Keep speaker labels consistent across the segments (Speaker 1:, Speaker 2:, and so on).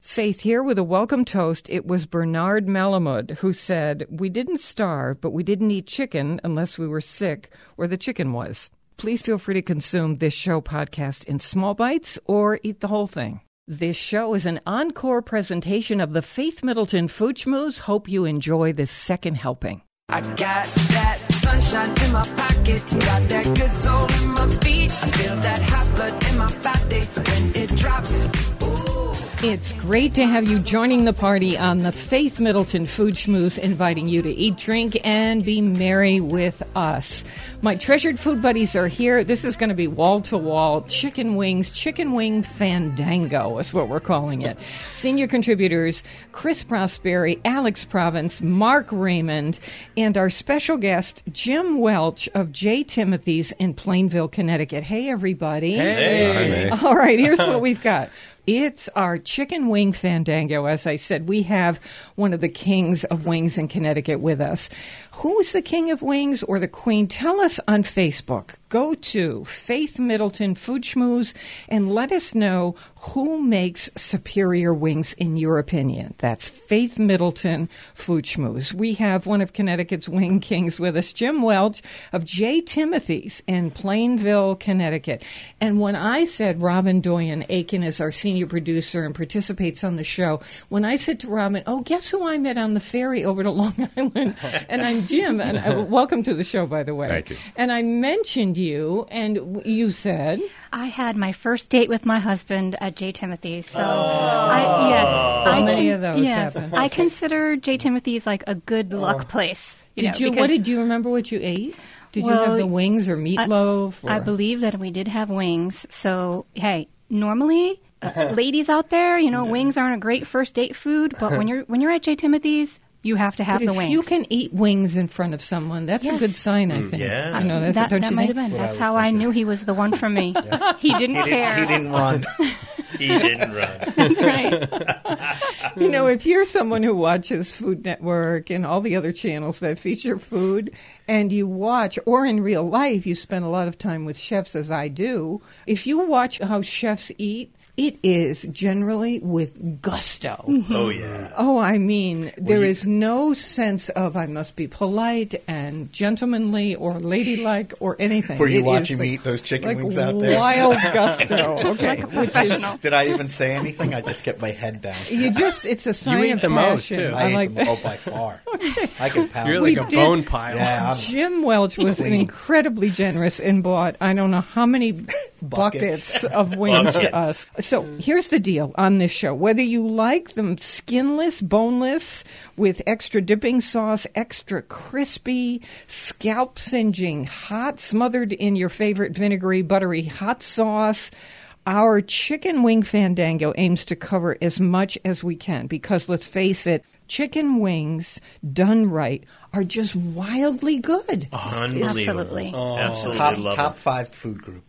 Speaker 1: Faith here with a welcome toast. It was Bernard Malamud who said, We didn't starve, but we didn't eat chicken unless we were sick or the chicken was. Please feel free to consume this show podcast in small bites or eat the whole thing. This show is an encore presentation of the Faith Middleton Food Schmooze. Hope you enjoy this second helping.
Speaker 2: I got that sunshine in my pocket, got that good soul in my feet. I feel that hot blood in my body when it drops. Ooh.
Speaker 1: It's great to have you joining the party on the Faith Middleton Food Schmooze, inviting you to eat, drink, and be merry with us. My treasured food buddies are here. This is going to be wall to wall chicken wings, chicken wing fandango is what we're calling it. Senior contributors Chris Prosperi, Alex Province, Mark Raymond, and our special guest Jim Welch of J. Timothy's in Plainville, Connecticut. Hey, everybody. All right, here's what we've got. It's our chicken wing fandango. As I said, we have one of the kings of wings in Connecticut with us. Who's the king of wings or the queen? Tell us on Facebook. Go to Faith Middleton Food Schmooze and let us know who makes superior wings in your opinion. That's Faith Middleton Food Schmooze. We have one of Connecticut's wing kings with us, Jim Welch of J. Timothy's in Plainville, Connecticut. And when I said Robin Doyen Aiken is our senior producer and participates on the show, when I said to Robin, "Oh, guess who I met on the ferry over to Long Island?" and I'm Jim, and uh, welcome to the show, by the way.
Speaker 3: Thank you.
Speaker 1: And I mentioned you, and w- you said.
Speaker 4: I had my first date with my husband at J. Timothy's. So,
Speaker 5: Oh.
Speaker 4: I, yes, I
Speaker 1: many of those
Speaker 4: yes,
Speaker 1: happen?
Speaker 4: I consider J. Timothy's like a good
Speaker 5: Oh.
Speaker 4: luck place. You
Speaker 1: Did
Speaker 4: know,
Speaker 1: you?
Speaker 4: because
Speaker 1: what did you remember? What you ate? Did you have
Speaker 4: Well,
Speaker 1: the wings or meatloaf?
Speaker 4: I
Speaker 1: or-
Speaker 4: believe that we did have wings. So hey, normally. Uh, ladies out there, you know, wings aren't a great first date food, but when you're when you're at J. Timothy's, you have to have
Speaker 1: But
Speaker 4: the
Speaker 1: if
Speaker 4: wings.
Speaker 1: you can eat wings in front of someone, that's a
Speaker 4: Yes.
Speaker 1: good sign, I think. Yeah. You know, that's
Speaker 4: that
Speaker 1: don't
Speaker 4: that
Speaker 1: you
Speaker 4: might have
Speaker 1: think?
Speaker 4: been. That's how I knew he was the one for me. He didn't
Speaker 5: He
Speaker 4: care.
Speaker 5: didn't, he didn't run. he didn't run.
Speaker 4: right.
Speaker 1: You know, if you're someone who watches Food Network and all the other channels that feature food, and you watch, or in real life, you spend a lot of time with chefs, as I do, if you watch how chefs eat, it is generally with gusto.
Speaker 5: Oh yeah.
Speaker 1: Oh, I mean, there is no sense of I must be polite and gentlemanly or ladylike or anything.
Speaker 5: Were you
Speaker 1: It is
Speaker 5: watching
Speaker 1: like-
Speaker 5: me eat those chicken
Speaker 1: like
Speaker 5: wings out there?
Speaker 1: Wild gusto. Okay, which is
Speaker 5: Did I even say anything? I just kept my head down.
Speaker 1: you just it's a sign
Speaker 6: ate
Speaker 1: of
Speaker 6: the most,
Speaker 1: passion.
Speaker 6: too.
Speaker 5: I,
Speaker 1: I
Speaker 5: ate
Speaker 1: like
Speaker 5: them
Speaker 1: that.
Speaker 5: all by far. I can pound.
Speaker 6: You're like
Speaker 5: them.
Speaker 6: a bone pile.
Speaker 5: yeah. I'm,
Speaker 1: Jim Welch was
Speaker 5: Clean.
Speaker 1: incredibly generous and bought I don't know how many buckets
Speaker 5: Buckets.
Speaker 1: of wings to us.
Speaker 5: Buckets.
Speaker 1: So here's the deal on this show: whether you like them skinless, boneless, with extra dipping sauce, extra crispy, scalp singeing, hot, smothered in your favorite vinegary, buttery hot sauce. Our chicken wing fandango aims to cover as much as we can because let's face it, chicken wings done right are just wildly good.
Speaker 7: Unbelievable.
Speaker 4: Absolutely.
Speaker 6: Oh.
Speaker 7: Absolutely
Speaker 5: top
Speaker 7: love
Speaker 5: top
Speaker 7: it.
Speaker 5: five food group.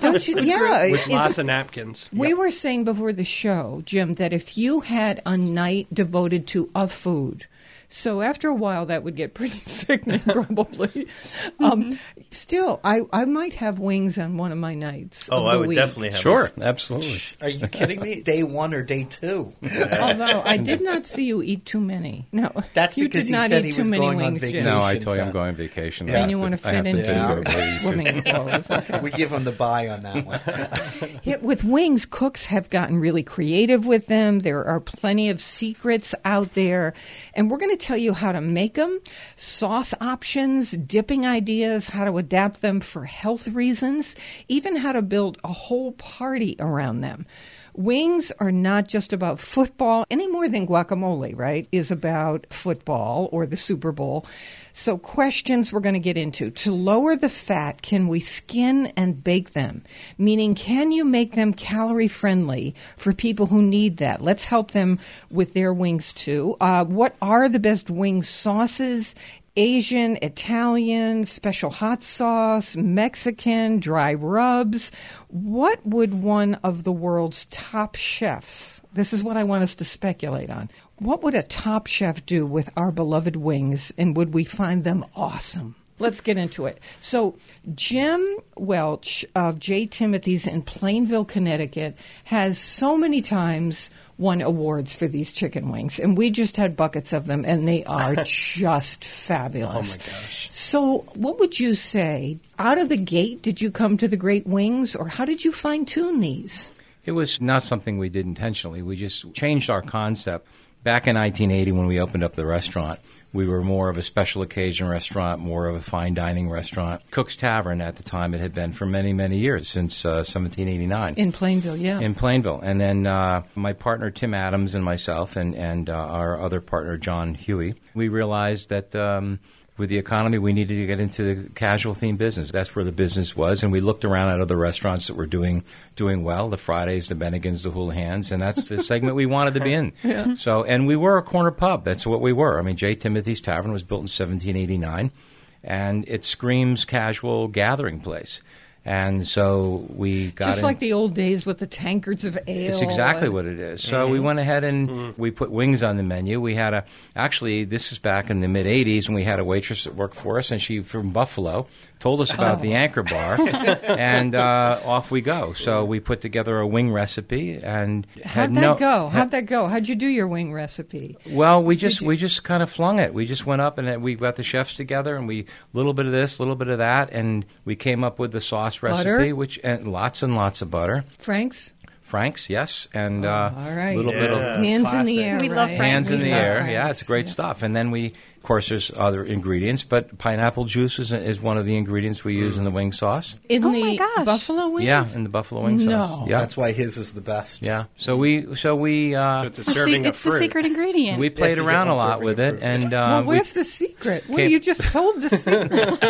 Speaker 1: Don't you? Yeah,
Speaker 6: With
Speaker 1: it's-
Speaker 6: lots of napkins.
Speaker 1: we were saying before the show, Jim, that if you had a night devoted to a food, so after a while that would get pretty sickening, probably. Um, Still, I, I might have wings on one of my nights.
Speaker 7: Oh,
Speaker 1: of
Speaker 7: I
Speaker 1: the
Speaker 7: would
Speaker 1: week.
Speaker 7: definitely have
Speaker 6: Sure,
Speaker 7: it.
Speaker 6: absolutely.
Speaker 5: Are you kidding me? Day one or day two?
Speaker 1: Although I did not see you eat too many. No,
Speaker 5: That's
Speaker 1: you
Speaker 5: because
Speaker 1: did
Speaker 5: he
Speaker 1: not
Speaker 5: said
Speaker 1: eat
Speaker 5: he
Speaker 1: too
Speaker 5: was
Speaker 1: many
Speaker 5: going on
Speaker 1: wings, Jim.
Speaker 5: vacation.
Speaker 3: No, I told you I'm going on vacation. I
Speaker 5: Then
Speaker 3: have
Speaker 1: And you
Speaker 3: to-
Speaker 1: want to
Speaker 3: I
Speaker 1: fit
Speaker 3: have to
Speaker 1: into
Speaker 3: do
Speaker 1: your
Speaker 3: the release.
Speaker 1: swimming clothes. Okay.
Speaker 5: We give him the buy on that one.
Speaker 1: Yeah, with wings, cooks have gotten really creative with them. There are plenty of secrets out there, and we're going to tell you how to make them, sauce options, dipping ideas, how to adapt them for health reasons, even how to build a whole party around them. Wings are not just about football any more than guacamole, right? Is about football or the Super Bowl. So, questions we're going to get into. To lower the fat, can we skin and bake them? Meaning, can you make them calorie friendly for people who need that? Let's help them with their wings too. Uh, what are the best wing sauces Asian, Italian, special hot sauce, Mexican, dry rubs. What would one of the world's top chefs, this is what I want us to speculate on, what would a top chef do with our beloved wings and would we find them awesome? Let's get into it. So, Jim Welch of J. Timothy's in Plainville, Connecticut, has so many times won awards for these chicken wings, and we just had buckets of them, and they are just fabulous. Oh my gosh! So, what would you say? Out of the gate, did you come to the great wings, or how did you fine tune these?
Speaker 3: It was not something we did intentionally. We just changed our concept. Back in 1980, when we opened up the restaurant, we were more of a special occasion restaurant, more of a fine dining restaurant. Cook's Tavern at the time it had been for many, many years, since uh, 1789
Speaker 1: In Plainville, yeah.
Speaker 3: in Plainville. And then uh, my partner Tim Adams and myself, and and uh, our other partner John Huey, we realized that. Um, with the economy, we needed to get into the casual theme business. That's where the business was, and we looked around at other restaurants that were doing doing well. The Fridays, the Bennigans, the Houlihan's, and that's the segment we wanted to be in. So, and we were a corner pub. That's what we were. I mean, J. Timothy's Tavern was built in 1789, and it screams casual gathering place. And so we got
Speaker 1: just
Speaker 3: in-
Speaker 1: like the old days with the tankards of ale.
Speaker 3: it's exactly
Speaker 1: and-
Speaker 3: what it is. So
Speaker 1: Mm-hmm.
Speaker 3: we went ahead and we put wings on the menu. We had a actually this is back in the mid '80s, and we had a waitress that worked for us, and she from Buffalo told us about
Speaker 1: Oh.
Speaker 3: the Anchor Bar, and uh, off we go. So we put together a wing recipe, and
Speaker 1: How'd
Speaker 3: had
Speaker 1: that
Speaker 3: no,
Speaker 1: go?
Speaker 3: had-
Speaker 1: How'd that go? How'd you do your wing recipe?
Speaker 3: well, we just we just kind of flung it. We just went up and it- we got the chefs together and we little bit of this, little bit of that, and we came up with the sauce
Speaker 1: Butter?
Speaker 3: recipe, which and lots and lots of butter.
Speaker 1: Frank's?
Speaker 3: Frank's, yes, and uh,
Speaker 1: Oh, All right.
Speaker 3: little bit of
Speaker 1: Hands in the air.
Speaker 4: We love
Speaker 1: right?
Speaker 4: Frank.
Speaker 3: hands in
Speaker 4: We
Speaker 3: the
Speaker 4: love
Speaker 3: air.
Speaker 4: Frank's,
Speaker 3: Yeah, it's great stuff. And then we, of course, there's other ingredients, but pineapple juice is, is one of the ingredients we use in the wing sauce.
Speaker 1: In
Speaker 4: Oh
Speaker 1: the
Speaker 4: my gosh.
Speaker 1: buffalo wings?
Speaker 3: Yeah, in the buffalo wing
Speaker 1: No.
Speaker 3: sauce. Yeah,
Speaker 5: That's why his is the best.
Speaker 3: yeah. So we, so we,
Speaker 6: So
Speaker 3: uh,
Speaker 6: it's a
Speaker 4: It's the-
Speaker 6: serving of
Speaker 4: it's the
Speaker 6: fruit.
Speaker 4: secret ingredient.
Speaker 3: we played
Speaker 5: you get
Speaker 3: around a
Speaker 5: one
Speaker 3: lot
Speaker 5: serving
Speaker 3: with
Speaker 5: of
Speaker 3: it,
Speaker 5: fruit.
Speaker 3: and
Speaker 1: Well,
Speaker 3: uh, we-
Speaker 1: where's the secret? Well,
Speaker 3: Can't-
Speaker 1: you just told the secret.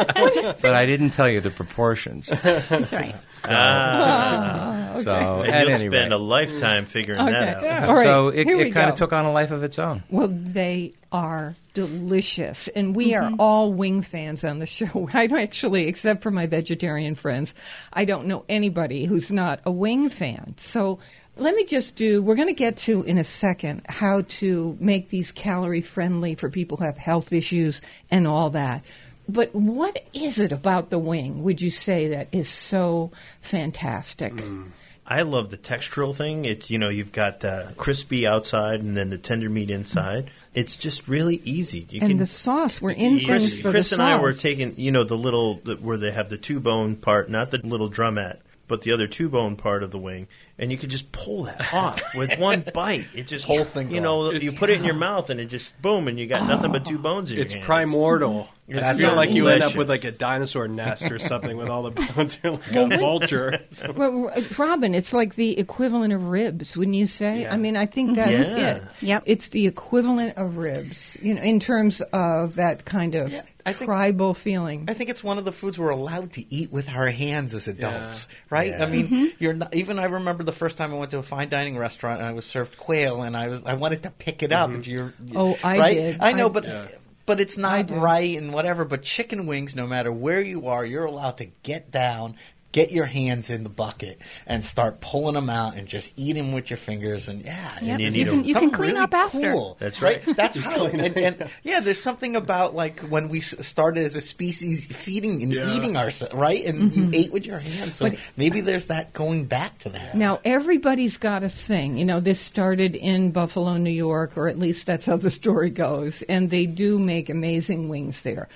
Speaker 3: but I didn't tell you the proportions.
Speaker 4: That's right.
Speaker 3: So at
Speaker 6: and you'll
Speaker 3: any
Speaker 6: spend
Speaker 3: rate,
Speaker 6: a lifetime figuring that
Speaker 1: Okay.
Speaker 6: out.
Speaker 1: Yeah. All right,
Speaker 3: so it,
Speaker 1: here we
Speaker 3: it kind
Speaker 1: go.
Speaker 3: of took on a life of its own.
Speaker 1: well, they are delicious, and we are all wing fans on the show. I don't actually, except for my vegetarian friends, I don't know anybody who's not a wing fan. So let me just do. We're going to get to in a second how to make these calorie friendly for people who have health issues and all that. But what is it about the wing? Would you say that is so fantastic?
Speaker 6: Mm. I love the textural thing. It's you know you've got the crispy outside and then the tender meat inside. It's just really easy. You
Speaker 1: And the sauce, we're
Speaker 6: it's
Speaker 1: in
Speaker 6: easy.
Speaker 1: things
Speaker 6: Chris,
Speaker 1: for the
Speaker 6: Chris and I were
Speaker 1: sauce.
Speaker 6: taking you know the little the, where they have the two bone part, not the little drumette, but the other two bone part of the wing, and you could just pull that off with one bite. It just
Speaker 5: Whole thing
Speaker 6: You
Speaker 5: gone.
Speaker 6: know you put it in your mouth and it just boom, and you got nothing
Speaker 1: Oh.
Speaker 6: but two bones in
Speaker 7: It's
Speaker 6: your hands.
Speaker 7: primordial.
Speaker 6: It's
Speaker 7: I feel like you end up
Speaker 6: delicious.
Speaker 7: with like a dinosaur nest or something with all the bones. You're like a vulture. So-
Speaker 1: Well, r- Robin, it's like the equivalent of ribs, wouldn't you say? I mean, I think that's
Speaker 6: Yeah.
Speaker 1: it.
Speaker 4: Yep.
Speaker 1: It's the equivalent of ribs, you know, in terms of that kind of
Speaker 5: I think-
Speaker 1: tribal feeling.
Speaker 5: I think it's one of the foods we're allowed to eat with our hands as adults, right? I mean,
Speaker 4: Mm-hmm.
Speaker 5: you're not, even. I remember the first time I went to a fine dining restaurant and I was served quail, and I was I wanted to pick it
Speaker 6: Mm-hmm.
Speaker 5: up. If you're,
Speaker 1: Oh, I
Speaker 5: right?
Speaker 1: did.
Speaker 5: I know,
Speaker 1: I-
Speaker 5: but but it's not right and whatever. But chicken wings, no matter where you are, you're allowed to get down. Get your hands in the bucket and start pulling them out and just eat them with your fingers and yeah, it's
Speaker 6: you
Speaker 5: just
Speaker 6: need 'em.
Speaker 4: can, you can
Speaker 5: something
Speaker 4: clean
Speaker 5: really
Speaker 4: up after.
Speaker 5: cool.
Speaker 6: That's right.
Speaker 5: That's how. And, and yeah, there's something about like when we s- started as a species feeding and
Speaker 7: Yeah.
Speaker 5: eating ourselves, right? And you ate with your hands. So maybe there's that going back to that.
Speaker 1: Now, everybody's got a thing. You know, this started in Buffalo, New York, or at least that's how the story goes, and they do make amazing wings there.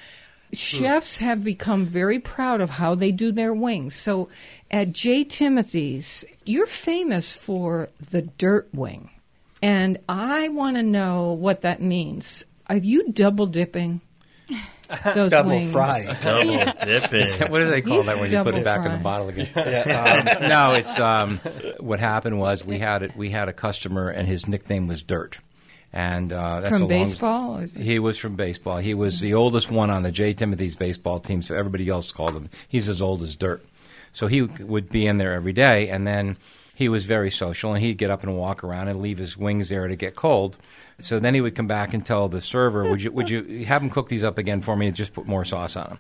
Speaker 1: Chefs have become very proud of how they do their wings. So at J. Timothy's, you're famous for the dirt wing. And I want to know what that means. Are you double dipping those
Speaker 5: Double
Speaker 1: wings?
Speaker 5: fry.
Speaker 6: double dipping.
Speaker 3: What do they call
Speaker 1: He's
Speaker 3: that when you put
Speaker 1: double
Speaker 3: it back in
Speaker 1: fried.
Speaker 3: the bottle again? Um, no, it's um, what happened was we had it. We had a customer, and his nickname was Dirt. And uh, that's
Speaker 1: From
Speaker 3: a long-
Speaker 1: baseball?
Speaker 3: he was from baseball. He was the oldest one on the J. Timothy's baseball team, so everybody else called him. He's as old as dirt. So he would be in there every day, and then he was very social and he'd get up and walk around and leave his wings there to get cold. So then he would come back and tell the server, "Would you would you have him cook these up again for me and just put more sauce on them?"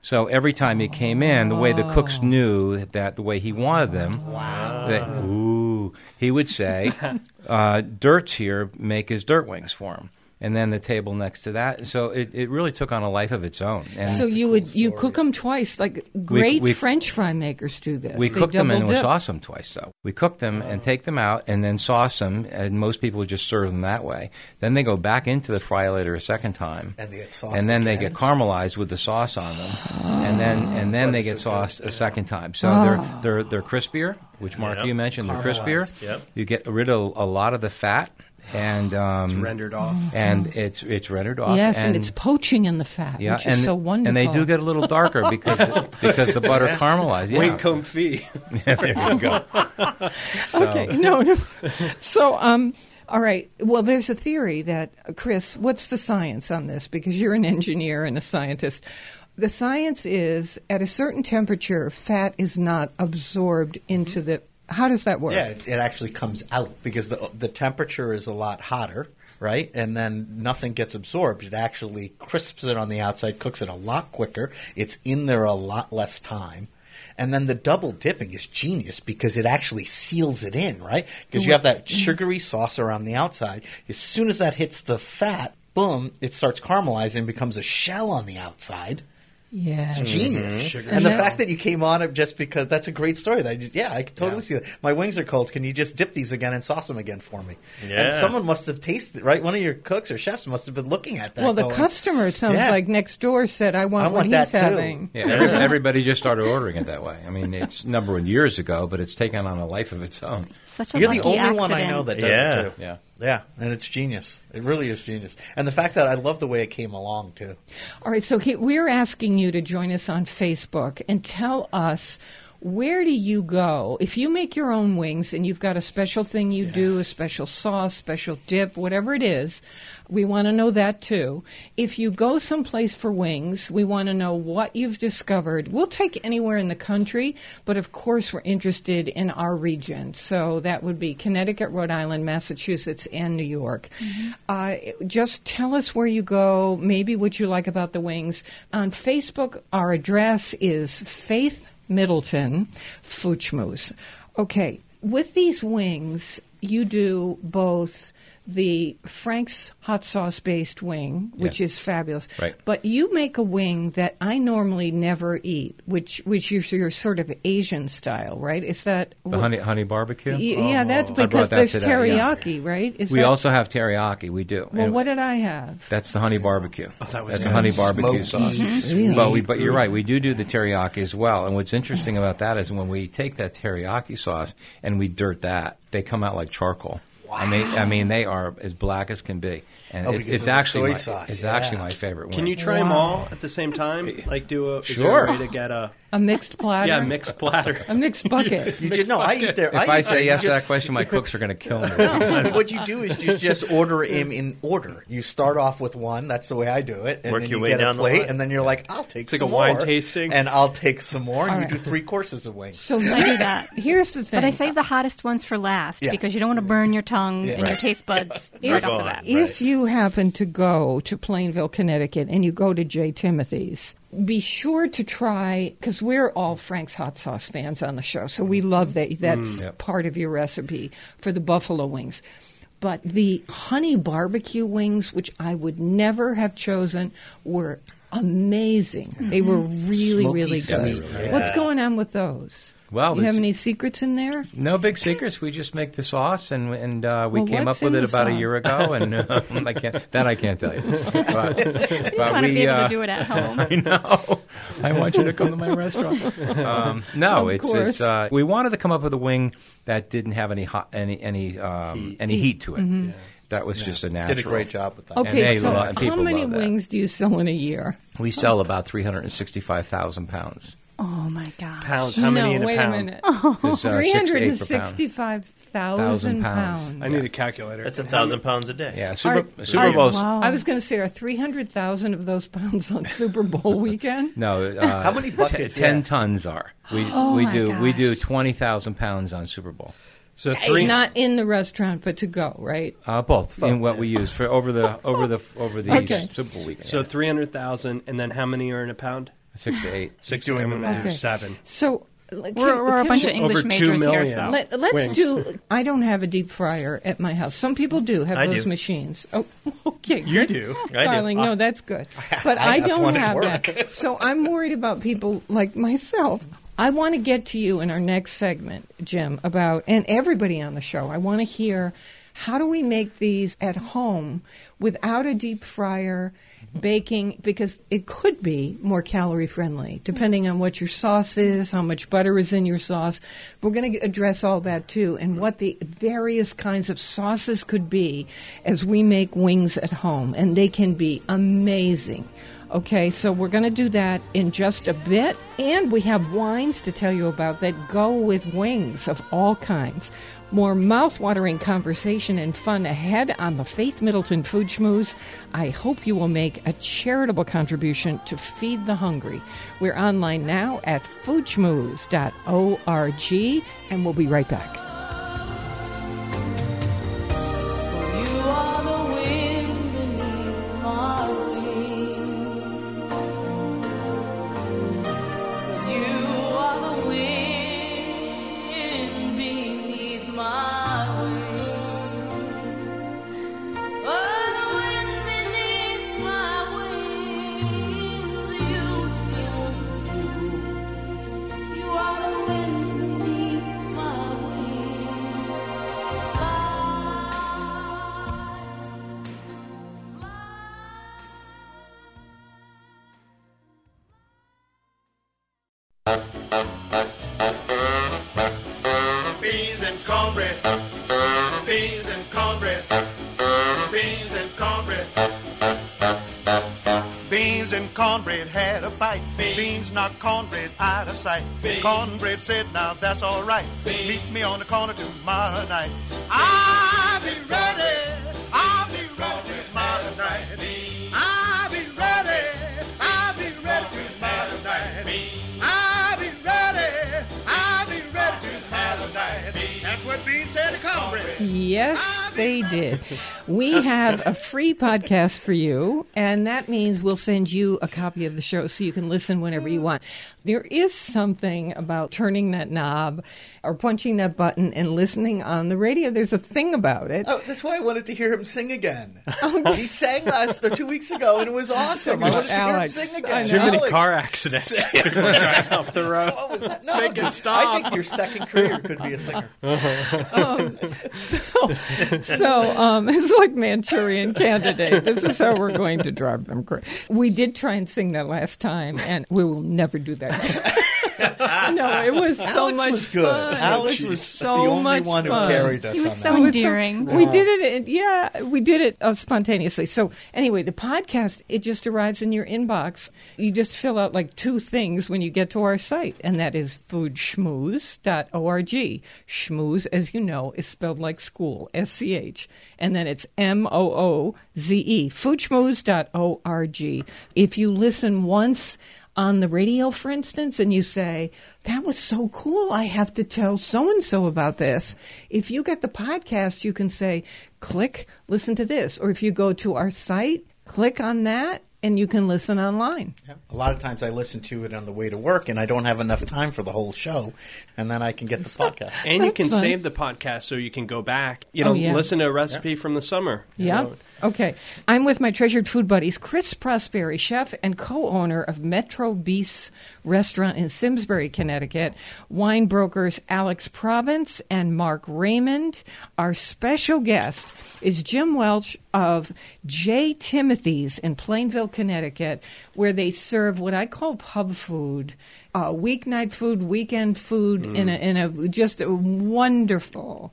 Speaker 3: So every time he came in, the way the cooks
Speaker 1: Oh.
Speaker 3: knew that the way he wanted them, wow. that, ooh, he would say, uh, "Dirt's here, make his dirt wings for him." And then the table next to that, so it, it really took on a life of its own. And
Speaker 1: so you would you cook them twice like great
Speaker 3: we-
Speaker 1: French fry makers do this.
Speaker 3: we
Speaker 1: They
Speaker 3: cooked them and
Speaker 1: double
Speaker 3: we
Speaker 1: dip. Oh.
Speaker 3: sauce them twice. Though we cooked them and take them out and then sauce them, and most people would just serve them that way. Then they go back into the fry later a second time,
Speaker 5: And they get sauced
Speaker 3: and then they
Speaker 5: again.
Speaker 3: get caramelized with the sauce on them, and then and then they get sauced a second time. So
Speaker 1: Oh.
Speaker 3: they're they're they're crispier, which Mark
Speaker 6: Yep.
Speaker 3: you mentioned. They're crispier.
Speaker 6: Caramelized, yep.
Speaker 3: You get rid of a lot of the fat and um,
Speaker 7: rendered off.
Speaker 3: and it's it's rendered off.
Speaker 1: Mm. Yes, and, it's poaching in the fat,
Speaker 3: yeah,
Speaker 1: which is
Speaker 3: and,
Speaker 1: so wonderful.
Speaker 3: and they do get a little darker because because the butter caramelized. Yeah.
Speaker 7: Wing comb fee.
Speaker 3: there you go.
Speaker 1: Okay, no, no. So, um, all right. Well, there's a theory that uh, Chris, what's the science on this? Because you're an engineer and a scientist. The science is at a certain temperature, fat is not absorbed into the. How does that work?
Speaker 5: Yeah, it, it actually comes out because the the temperature is a lot hotter, right? And then nothing gets absorbed. It actually crisps it on the outside, cooks it a lot quicker. It's in there a lot less time. And then the double dipping is genius because it actually seals it in, right? Because you have that sugary sauce around the outside. As soon as that hits the fat, boom, it starts caramelizing and becomes a shell on the outside.
Speaker 1: Yes.
Speaker 5: It's genius. And,
Speaker 1: And
Speaker 5: the
Speaker 1: that's-
Speaker 5: fact that you came on it just because that's a great story. That I just- yeah, I can totally see that. My wings are cold. Can you just dip these again and sauce them again for me? And
Speaker 6: Yeah.
Speaker 5: someone must have tasted right. One of your cooks or chefs must have been looking at that.
Speaker 1: Well, the
Speaker 5: going,
Speaker 1: customer it sounds
Speaker 5: Yeah.
Speaker 1: like next door said, "I want
Speaker 5: I
Speaker 1: what
Speaker 5: want that
Speaker 1: he's
Speaker 5: too."
Speaker 1: having."
Speaker 3: Yeah, every- everybody just started ordering it that way. I mean, it's number one years ago, but it's taken on a life of its own.
Speaker 4: Such a
Speaker 5: You're
Speaker 4: lucky
Speaker 5: the only
Speaker 4: accident.
Speaker 5: one I know that does
Speaker 6: Yeah.
Speaker 5: it too.
Speaker 3: Yeah.
Speaker 5: yeah, and it's genius. It really is genius. And the fact that I love the way it came along too.
Speaker 1: All right, so he, we're asking you to join us on Facebook and tell us where do you go if you make your own wings and you've got a special thing you do, a special sauce, special dip, whatever it is. We want to know that too. If you go someplace for wings, we want to know what you've discovered. We'll take anywhere in the country, but of course we're interested in our region. So that would be Connecticut, Rhode Island, Massachusetts, and New York.
Speaker 3: Mm-hmm.
Speaker 1: Uh, just tell us where you go, maybe what you like about the wings. On Facebook, our address is Faith Middleton Fuchmoose. Okay, with these wings, you do both the Frank's hot sauce based wing, which
Speaker 3: Yeah.
Speaker 1: is fabulous,
Speaker 3: Right.
Speaker 1: but you make a wing that I normally never eat, which which is your sort of Asian style, right? Is that
Speaker 3: The honey honey barbecue. Oh,
Speaker 1: Y- yeah, that's
Speaker 3: I brought
Speaker 1: because
Speaker 3: that
Speaker 1: there's
Speaker 3: today, yeah.
Speaker 1: teriyaki, right? Is
Speaker 3: We
Speaker 1: that-
Speaker 3: also have teriyaki. We do.
Speaker 1: well,
Speaker 3: And
Speaker 1: what did I have?
Speaker 3: that's the honey barbecue. Oh,
Speaker 7: that was
Speaker 3: that's
Speaker 7: good.
Speaker 3: a honey barbecue
Speaker 5: Smoky,
Speaker 3: sauce.
Speaker 5: sweet.
Speaker 3: But we, but you're right. We do do the teriyaki as well. And what's interesting about that is when we take that teriyaki sauce and we dirt that, they come out like charcoal. Wow. I mean, I mean, they are as black as can be, and
Speaker 5: Oh,
Speaker 3: it's,
Speaker 5: because
Speaker 3: it's
Speaker 5: of the
Speaker 3: actually
Speaker 5: soy
Speaker 3: my,
Speaker 5: sauce,
Speaker 3: it's
Speaker 5: yeah.
Speaker 3: actually my favorite one.
Speaker 7: Can you try them all at the same time? Like do a
Speaker 3: Sure.
Speaker 7: Is there a way to get a
Speaker 1: A mixed platter?
Speaker 7: yeah mixed platter?
Speaker 1: A mixed bucket.
Speaker 5: You did no. I eat there.
Speaker 3: If
Speaker 5: I,
Speaker 3: I
Speaker 5: eat
Speaker 3: say
Speaker 5: there,
Speaker 3: yes
Speaker 5: you
Speaker 3: to
Speaker 5: just-
Speaker 3: that question, my cooks are going to kill me.
Speaker 5: what you do is you just order him in order. You start off with one. That's the way I do it. And
Speaker 6: Work
Speaker 5: then
Speaker 6: your
Speaker 5: you
Speaker 6: way
Speaker 5: get a
Speaker 6: down the
Speaker 5: plate,
Speaker 6: line.
Speaker 5: and then you're like, I'll take
Speaker 7: like
Speaker 5: some
Speaker 7: a wine
Speaker 5: more,
Speaker 7: tasting.
Speaker 5: and I'll take some more, and
Speaker 1: All
Speaker 5: you
Speaker 1: right.
Speaker 5: do three courses of wings.
Speaker 1: So
Speaker 4: I do that.
Speaker 1: here's the thing.
Speaker 4: But I save the hottest ones for last
Speaker 5: Yes.
Speaker 4: because you don't want to burn your tongue and your
Speaker 5: Right.
Speaker 4: taste buds
Speaker 1: If,
Speaker 4: right off the bat.
Speaker 1: if you happen to go to Plainville, Connecticut, and you go to J. Timothy's, be sure to try because we're all Frank's hot sauce fans on the show, so we love that. That's part of your recipe for the buffalo wings. But the honey barbecue wings, which I would never have chosen, were amazing. They were really,
Speaker 5: Smoky
Speaker 1: really good.
Speaker 5: sweet, yeah.
Speaker 1: What's going on with those?
Speaker 3: Well,
Speaker 1: you have
Speaker 3: this-
Speaker 1: any secrets in there?
Speaker 3: No big secrets. We just make the sauce, and and uh, we
Speaker 1: Well,
Speaker 3: came
Speaker 1: what's
Speaker 3: up with
Speaker 1: in
Speaker 3: it
Speaker 1: the
Speaker 3: about a
Speaker 4: uh,
Speaker 1: sauce?
Speaker 3: year ago, and um, I can't that I can't tell you. But,
Speaker 4: you just
Speaker 3: but
Speaker 4: want to be able
Speaker 3: uh,
Speaker 4: to do it at home.
Speaker 3: I know. I want you to come to my restaurant. Um, no, it's
Speaker 1: course.
Speaker 3: it's. Uh, we wanted to come up with a wing that didn't have any hot any any um, any heat to it.
Speaker 4: Mm-hmm.
Speaker 3: That was just a natural.
Speaker 5: Did a great job with that.
Speaker 3: And
Speaker 1: Okay,
Speaker 3: they
Speaker 1: so
Speaker 3: lo- and
Speaker 1: how
Speaker 3: people
Speaker 1: many
Speaker 3: love that.
Speaker 1: wings do you sell in a year?
Speaker 3: We sell about three hundred and sixty-five thousand pounds.
Speaker 4: Oh my god.
Speaker 7: Pounds. How many
Speaker 1: no,
Speaker 7: in a
Speaker 1: wait
Speaker 7: pound?
Speaker 1: a minute.
Speaker 4: Oh,
Speaker 3: It's, uh, six to eight per pound.
Speaker 1: 365,000
Speaker 3: Thousand pounds.
Speaker 1: pounds.
Speaker 7: I need a calculator.
Speaker 6: That's a thousand pounds a day.
Speaker 3: Yeah, Super,
Speaker 1: Are-
Speaker 3: Super
Speaker 1: are-
Speaker 3: Bowl's.
Speaker 4: wow.
Speaker 1: I was going to say, are 300,000 of those pounds on Super Bowl weekend?
Speaker 3: No, uh,
Speaker 6: How many
Speaker 3: te-
Speaker 6: buckets?
Speaker 3: ten
Speaker 6: Yeah.
Speaker 3: tons are. We
Speaker 4: Oh
Speaker 3: we
Speaker 4: my
Speaker 3: do we
Speaker 4: gosh.
Speaker 3: do twenty thousand pounds on Super Bowl.
Speaker 7: So three.
Speaker 1: Not in the restaurant, but to go, right?
Speaker 3: Uh, both, in what we use for over the over the over the
Speaker 1: Okay.
Speaker 3: Super Bowl weekend.
Speaker 7: So three hundred thousand, and then how many are in a pound?
Speaker 3: six to eight.
Speaker 7: Six. Doing the math. Seven.
Speaker 1: So uh,
Speaker 4: We're, we're a bunch of English
Speaker 7: two
Speaker 4: majors here.
Speaker 7: million.
Speaker 4: So.
Speaker 7: Let-
Speaker 1: Let, let's
Speaker 7: Wings.
Speaker 1: do. I don't have a deep fryer at my house. Some people do have
Speaker 6: I
Speaker 1: those
Speaker 6: do.
Speaker 1: machines. Oh, okay.
Speaker 7: You
Speaker 1: good.
Speaker 7: do.
Speaker 6: I do.
Speaker 1: Darling, no, that's good. But I,
Speaker 5: have
Speaker 1: don't
Speaker 5: one at
Speaker 1: have
Speaker 5: work.
Speaker 1: that. So I'm worried about people like myself. I want to get to you in our next segment, Jim, about, and everybody on the show. I want to hear how do we make these at home without a deep fryer, baking, because it could be more calorie friendly, depending on what your sauce is, how much butter is in your sauce. We're going to address all that too, and what the various kinds of sauces could be as we make wings at home, and they can be amazing. Okay, so we're going to do that in just a bit. And we have wines to tell you about that go with wings of all kinds. More mouth-watering conversation and fun ahead on the Faith Middleton Food Schmooze. I hope you will make a charitable contribution to feed the hungry. We're online now at foodschmooze.org, and we'll be right back.
Speaker 2: You are the wind beneath my wings. 'Cause you are the wind beneath my wings. Oh, the wind beneath my wings. You, you, you are the wind beneath my wings. Ah. Fly, fly.
Speaker 8: Beans and cornbread. Beans and cornbread. Beans and cornbread. Beans and cornbread had a fight. Beans knocked cornbread out of sight. Cornbread said, "Now that's all right. Meet me on the corner tomorrow night. I'll be ready. I'll be ready tomorrow night. I'll be ready. I'll be ready tomorrow night. I'll be ready. I'll be ready tomorrow night." That's what Bean said to cornbread.
Speaker 1: Yes, they did. We have a free podcast for you, and that means we'll send you a copy of the show so you can listen whenever you want. There is something about turning that knob or punching that button and listening on the radio. There's a thing about it.
Speaker 5: Oh, that's why I wanted to hear him sing again.
Speaker 1: Oh,
Speaker 5: he sang last or two weeks ago, and it was awesome. I wanted to hear him
Speaker 1: Alex,
Speaker 5: sing
Speaker 1: I
Speaker 5: again.
Speaker 7: Too many
Speaker 5: Alex.
Speaker 7: car accidents. Right off the road.
Speaker 5: What was that? No,
Speaker 7: Make it
Speaker 5: I
Speaker 7: stop.
Speaker 5: think your second career could be a singer.
Speaker 1: so, so um, it's like Manchurian Candidate. This is how we're going to drive them crazy. We did try and sing that last time, and we will never do that. no, it was so
Speaker 5: Alex
Speaker 1: much
Speaker 5: was good.
Speaker 1: fun.
Speaker 5: Alex
Speaker 1: it was,
Speaker 5: was
Speaker 1: so
Speaker 5: the only
Speaker 1: much
Speaker 5: one who
Speaker 1: fun.
Speaker 5: carried us
Speaker 4: He was
Speaker 5: on
Speaker 4: so
Speaker 5: that.
Speaker 1: It was Oh, so-
Speaker 4: endearing.
Speaker 1: we did it. and- Yeah, we did it uh, spontaneously. So anyway, the podcast it just arrives in your inbox. You just fill out like two things when you get to our site, and that is foodschmooze.org. Schmooze, as you know, is spelled like school, S C H, and then it's M O O Z E. Foodschmooze.org. If you listen once on the radio, for instance, and you say, That was so cool. I have to tell so and so about this. If you get the podcast, you can say, Click, listen to this. Or if you go to our site, click on that, and you can listen online.
Speaker 5: A lot of times I listen to it on the way to work, and I don't have enough time for the whole show, and then I can get the podcast.
Speaker 7: And you can
Speaker 1: fun.
Speaker 7: save the podcast so you can go back. You know,
Speaker 1: Oh, yeah.
Speaker 7: listen to a recipe from the summer. you
Speaker 1: Yeah.
Speaker 7: know.
Speaker 1: Okay. I'm with my treasured food buddies, Chris Prosperi, chef and co owner of Metro Beast Restaurant in Simsbury, Connecticut, wine brokers Alex Province and Mark Raymond. Our special guest is Jim Welch of J. Timothy's in Plainville, Connecticut, where they serve what I call pub food. Uh, weeknight food, weekend food, in a, in a just a wonderful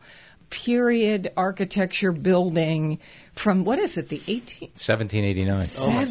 Speaker 1: period architecture building from what is it, the 18th?
Speaker 3: 1789.
Speaker 1: Oh my gosh.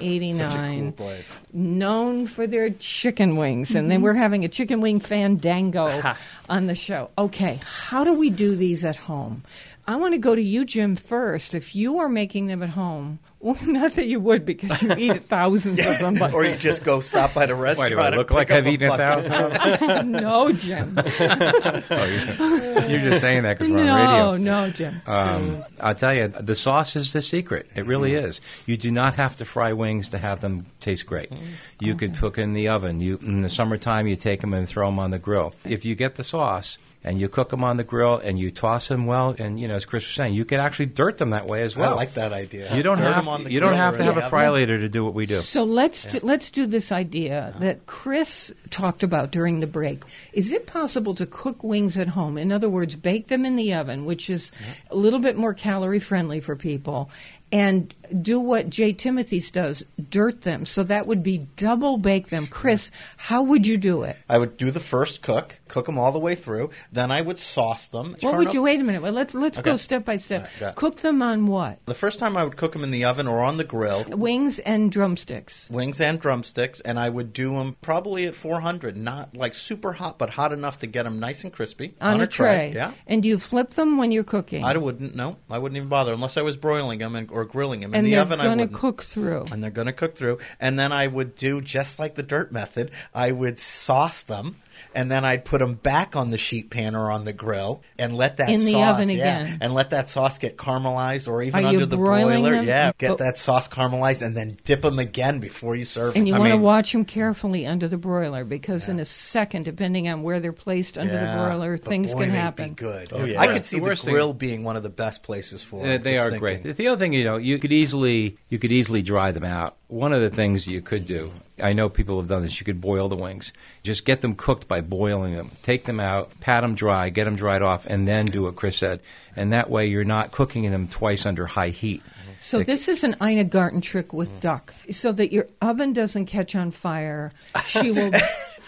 Speaker 1: 1789.
Speaker 5: Such a cool place.
Speaker 1: Known for their chicken wings, and they were having a chicken wing fandango on the show. Okay, how do we do these at home? I want to go to you, Jim, first. If you are making them at home, well, not that you would because you eat thousands of them, but
Speaker 5: or you just go stop by the
Speaker 3: Why
Speaker 5: restaurant.
Speaker 3: do I
Speaker 5: and
Speaker 3: look
Speaker 5: pick
Speaker 3: like
Speaker 5: up
Speaker 3: I've eaten a
Speaker 5: bucket.
Speaker 3: thousand? of them?
Speaker 1: no, Jim.
Speaker 3: Oh, you're, you're just saying that because we're on
Speaker 1: No,
Speaker 3: radio.
Speaker 1: no, Jim.
Speaker 3: Um, I'll tell you, the sauce is the secret. It really
Speaker 5: Mm.
Speaker 3: is. You do not have to fry wings to have them taste great.
Speaker 5: Mm.
Speaker 3: You could
Speaker 5: Mm-hmm.
Speaker 3: cook in the oven. You in the summertime, you take them and throw them on the grill. If you get the sauce and you cook them on the grill and you toss them well, and you know, as Chris was saying, you could actually dirt them that way as well.
Speaker 5: I like that idea.
Speaker 3: You don't
Speaker 5: Dirt
Speaker 3: have
Speaker 5: 'em on
Speaker 3: to,
Speaker 5: the
Speaker 3: you don't
Speaker 5: grill
Speaker 3: have to
Speaker 5: or
Speaker 3: have
Speaker 5: in the
Speaker 3: a fry
Speaker 5: oven.
Speaker 3: later to do what we do.
Speaker 1: So let's do, let's do this idea that Chris talked about during the break. Is it possible to cook wings at home? In other words, bake them in the oven, which is a little bit more calorie friendly for people, and do what Jay Timothy's does, dirt them. So that would be double bake them. Chris, how would you do it?
Speaker 5: I would do the first cook, cook them all the way through. Then I would sauce them.
Speaker 1: what
Speaker 5: turn
Speaker 1: would
Speaker 5: up-
Speaker 1: you wait a minute? Well, let's let's go step by step.
Speaker 5: got it.
Speaker 1: cook them on what?
Speaker 5: The first time I would cook them in the oven or on the grill,
Speaker 1: Wings and drumsticks.
Speaker 5: wings and drumsticks, and I would do them probably at 400, not like super hot, but hot enough to get them nice and crispy
Speaker 1: On, a tray.
Speaker 5: Yeah.
Speaker 1: And do you flip them when you're cooking?
Speaker 5: I wouldn't. No, I wouldn't even bother unless I was broiling them and, or grilling them in
Speaker 1: and
Speaker 5: the
Speaker 1: they're
Speaker 5: oven. I
Speaker 1: gonna
Speaker 5: wouldn't.
Speaker 1: cook through.
Speaker 5: and they're going to cook through. And then I would do just like the dirt method. I would sauce them, and then I'd put them back on the sheet pan or on the grill, and let that
Speaker 1: In the
Speaker 5: sauce,
Speaker 1: oven
Speaker 5: yeah,
Speaker 1: again.
Speaker 5: and let that sauce get caramelized, or even
Speaker 1: Are you
Speaker 5: under the
Speaker 1: broiling
Speaker 5: broiler,
Speaker 1: them?
Speaker 5: yeah, get
Speaker 1: But-
Speaker 5: that sauce caramelized, and then dip them again before you serve.
Speaker 1: And you
Speaker 3: I
Speaker 1: want to
Speaker 3: mean-
Speaker 1: watch them carefully under the broiler because in a second, depending on where they're placed under the broiler,
Speaker 5: but
Speaker 1: things
Speaker 5: boy,
Speaker 1: can
Speaker 5: they'd
Speaker 1: happen.
Speaker 5: Be good.
Speaker 6: Oh, yeah.
Speaker 5: I could
Speaker 6: The worst-
Speaker 5: see
Speaker 3: the
Speaker 5: the,
Speaker 3: worst thing-
Speaker 5: grill being one of the best places for.
Speaker 3: Uh,
Speaker 5: it,
Speaker 3: they
Speaker 5: just
Speaker 3: are
Speaker 5: thinking.
Speaker 3: great. The other thing, you know, you could easily you could easily dry them out. One of the things you could do, I know people have done this. You could boil the wings. Just get them cooked by boiling them. Take them out, pat them dry, get them dried off, and then do what Chris said. And that way, you're not cooking them twice under high heat.
Speaker 1: So this is an Ina Garten trick with
Speaker 5: Mm.
Speaker 1: duck, so that your oven doesn't catch on fire. She will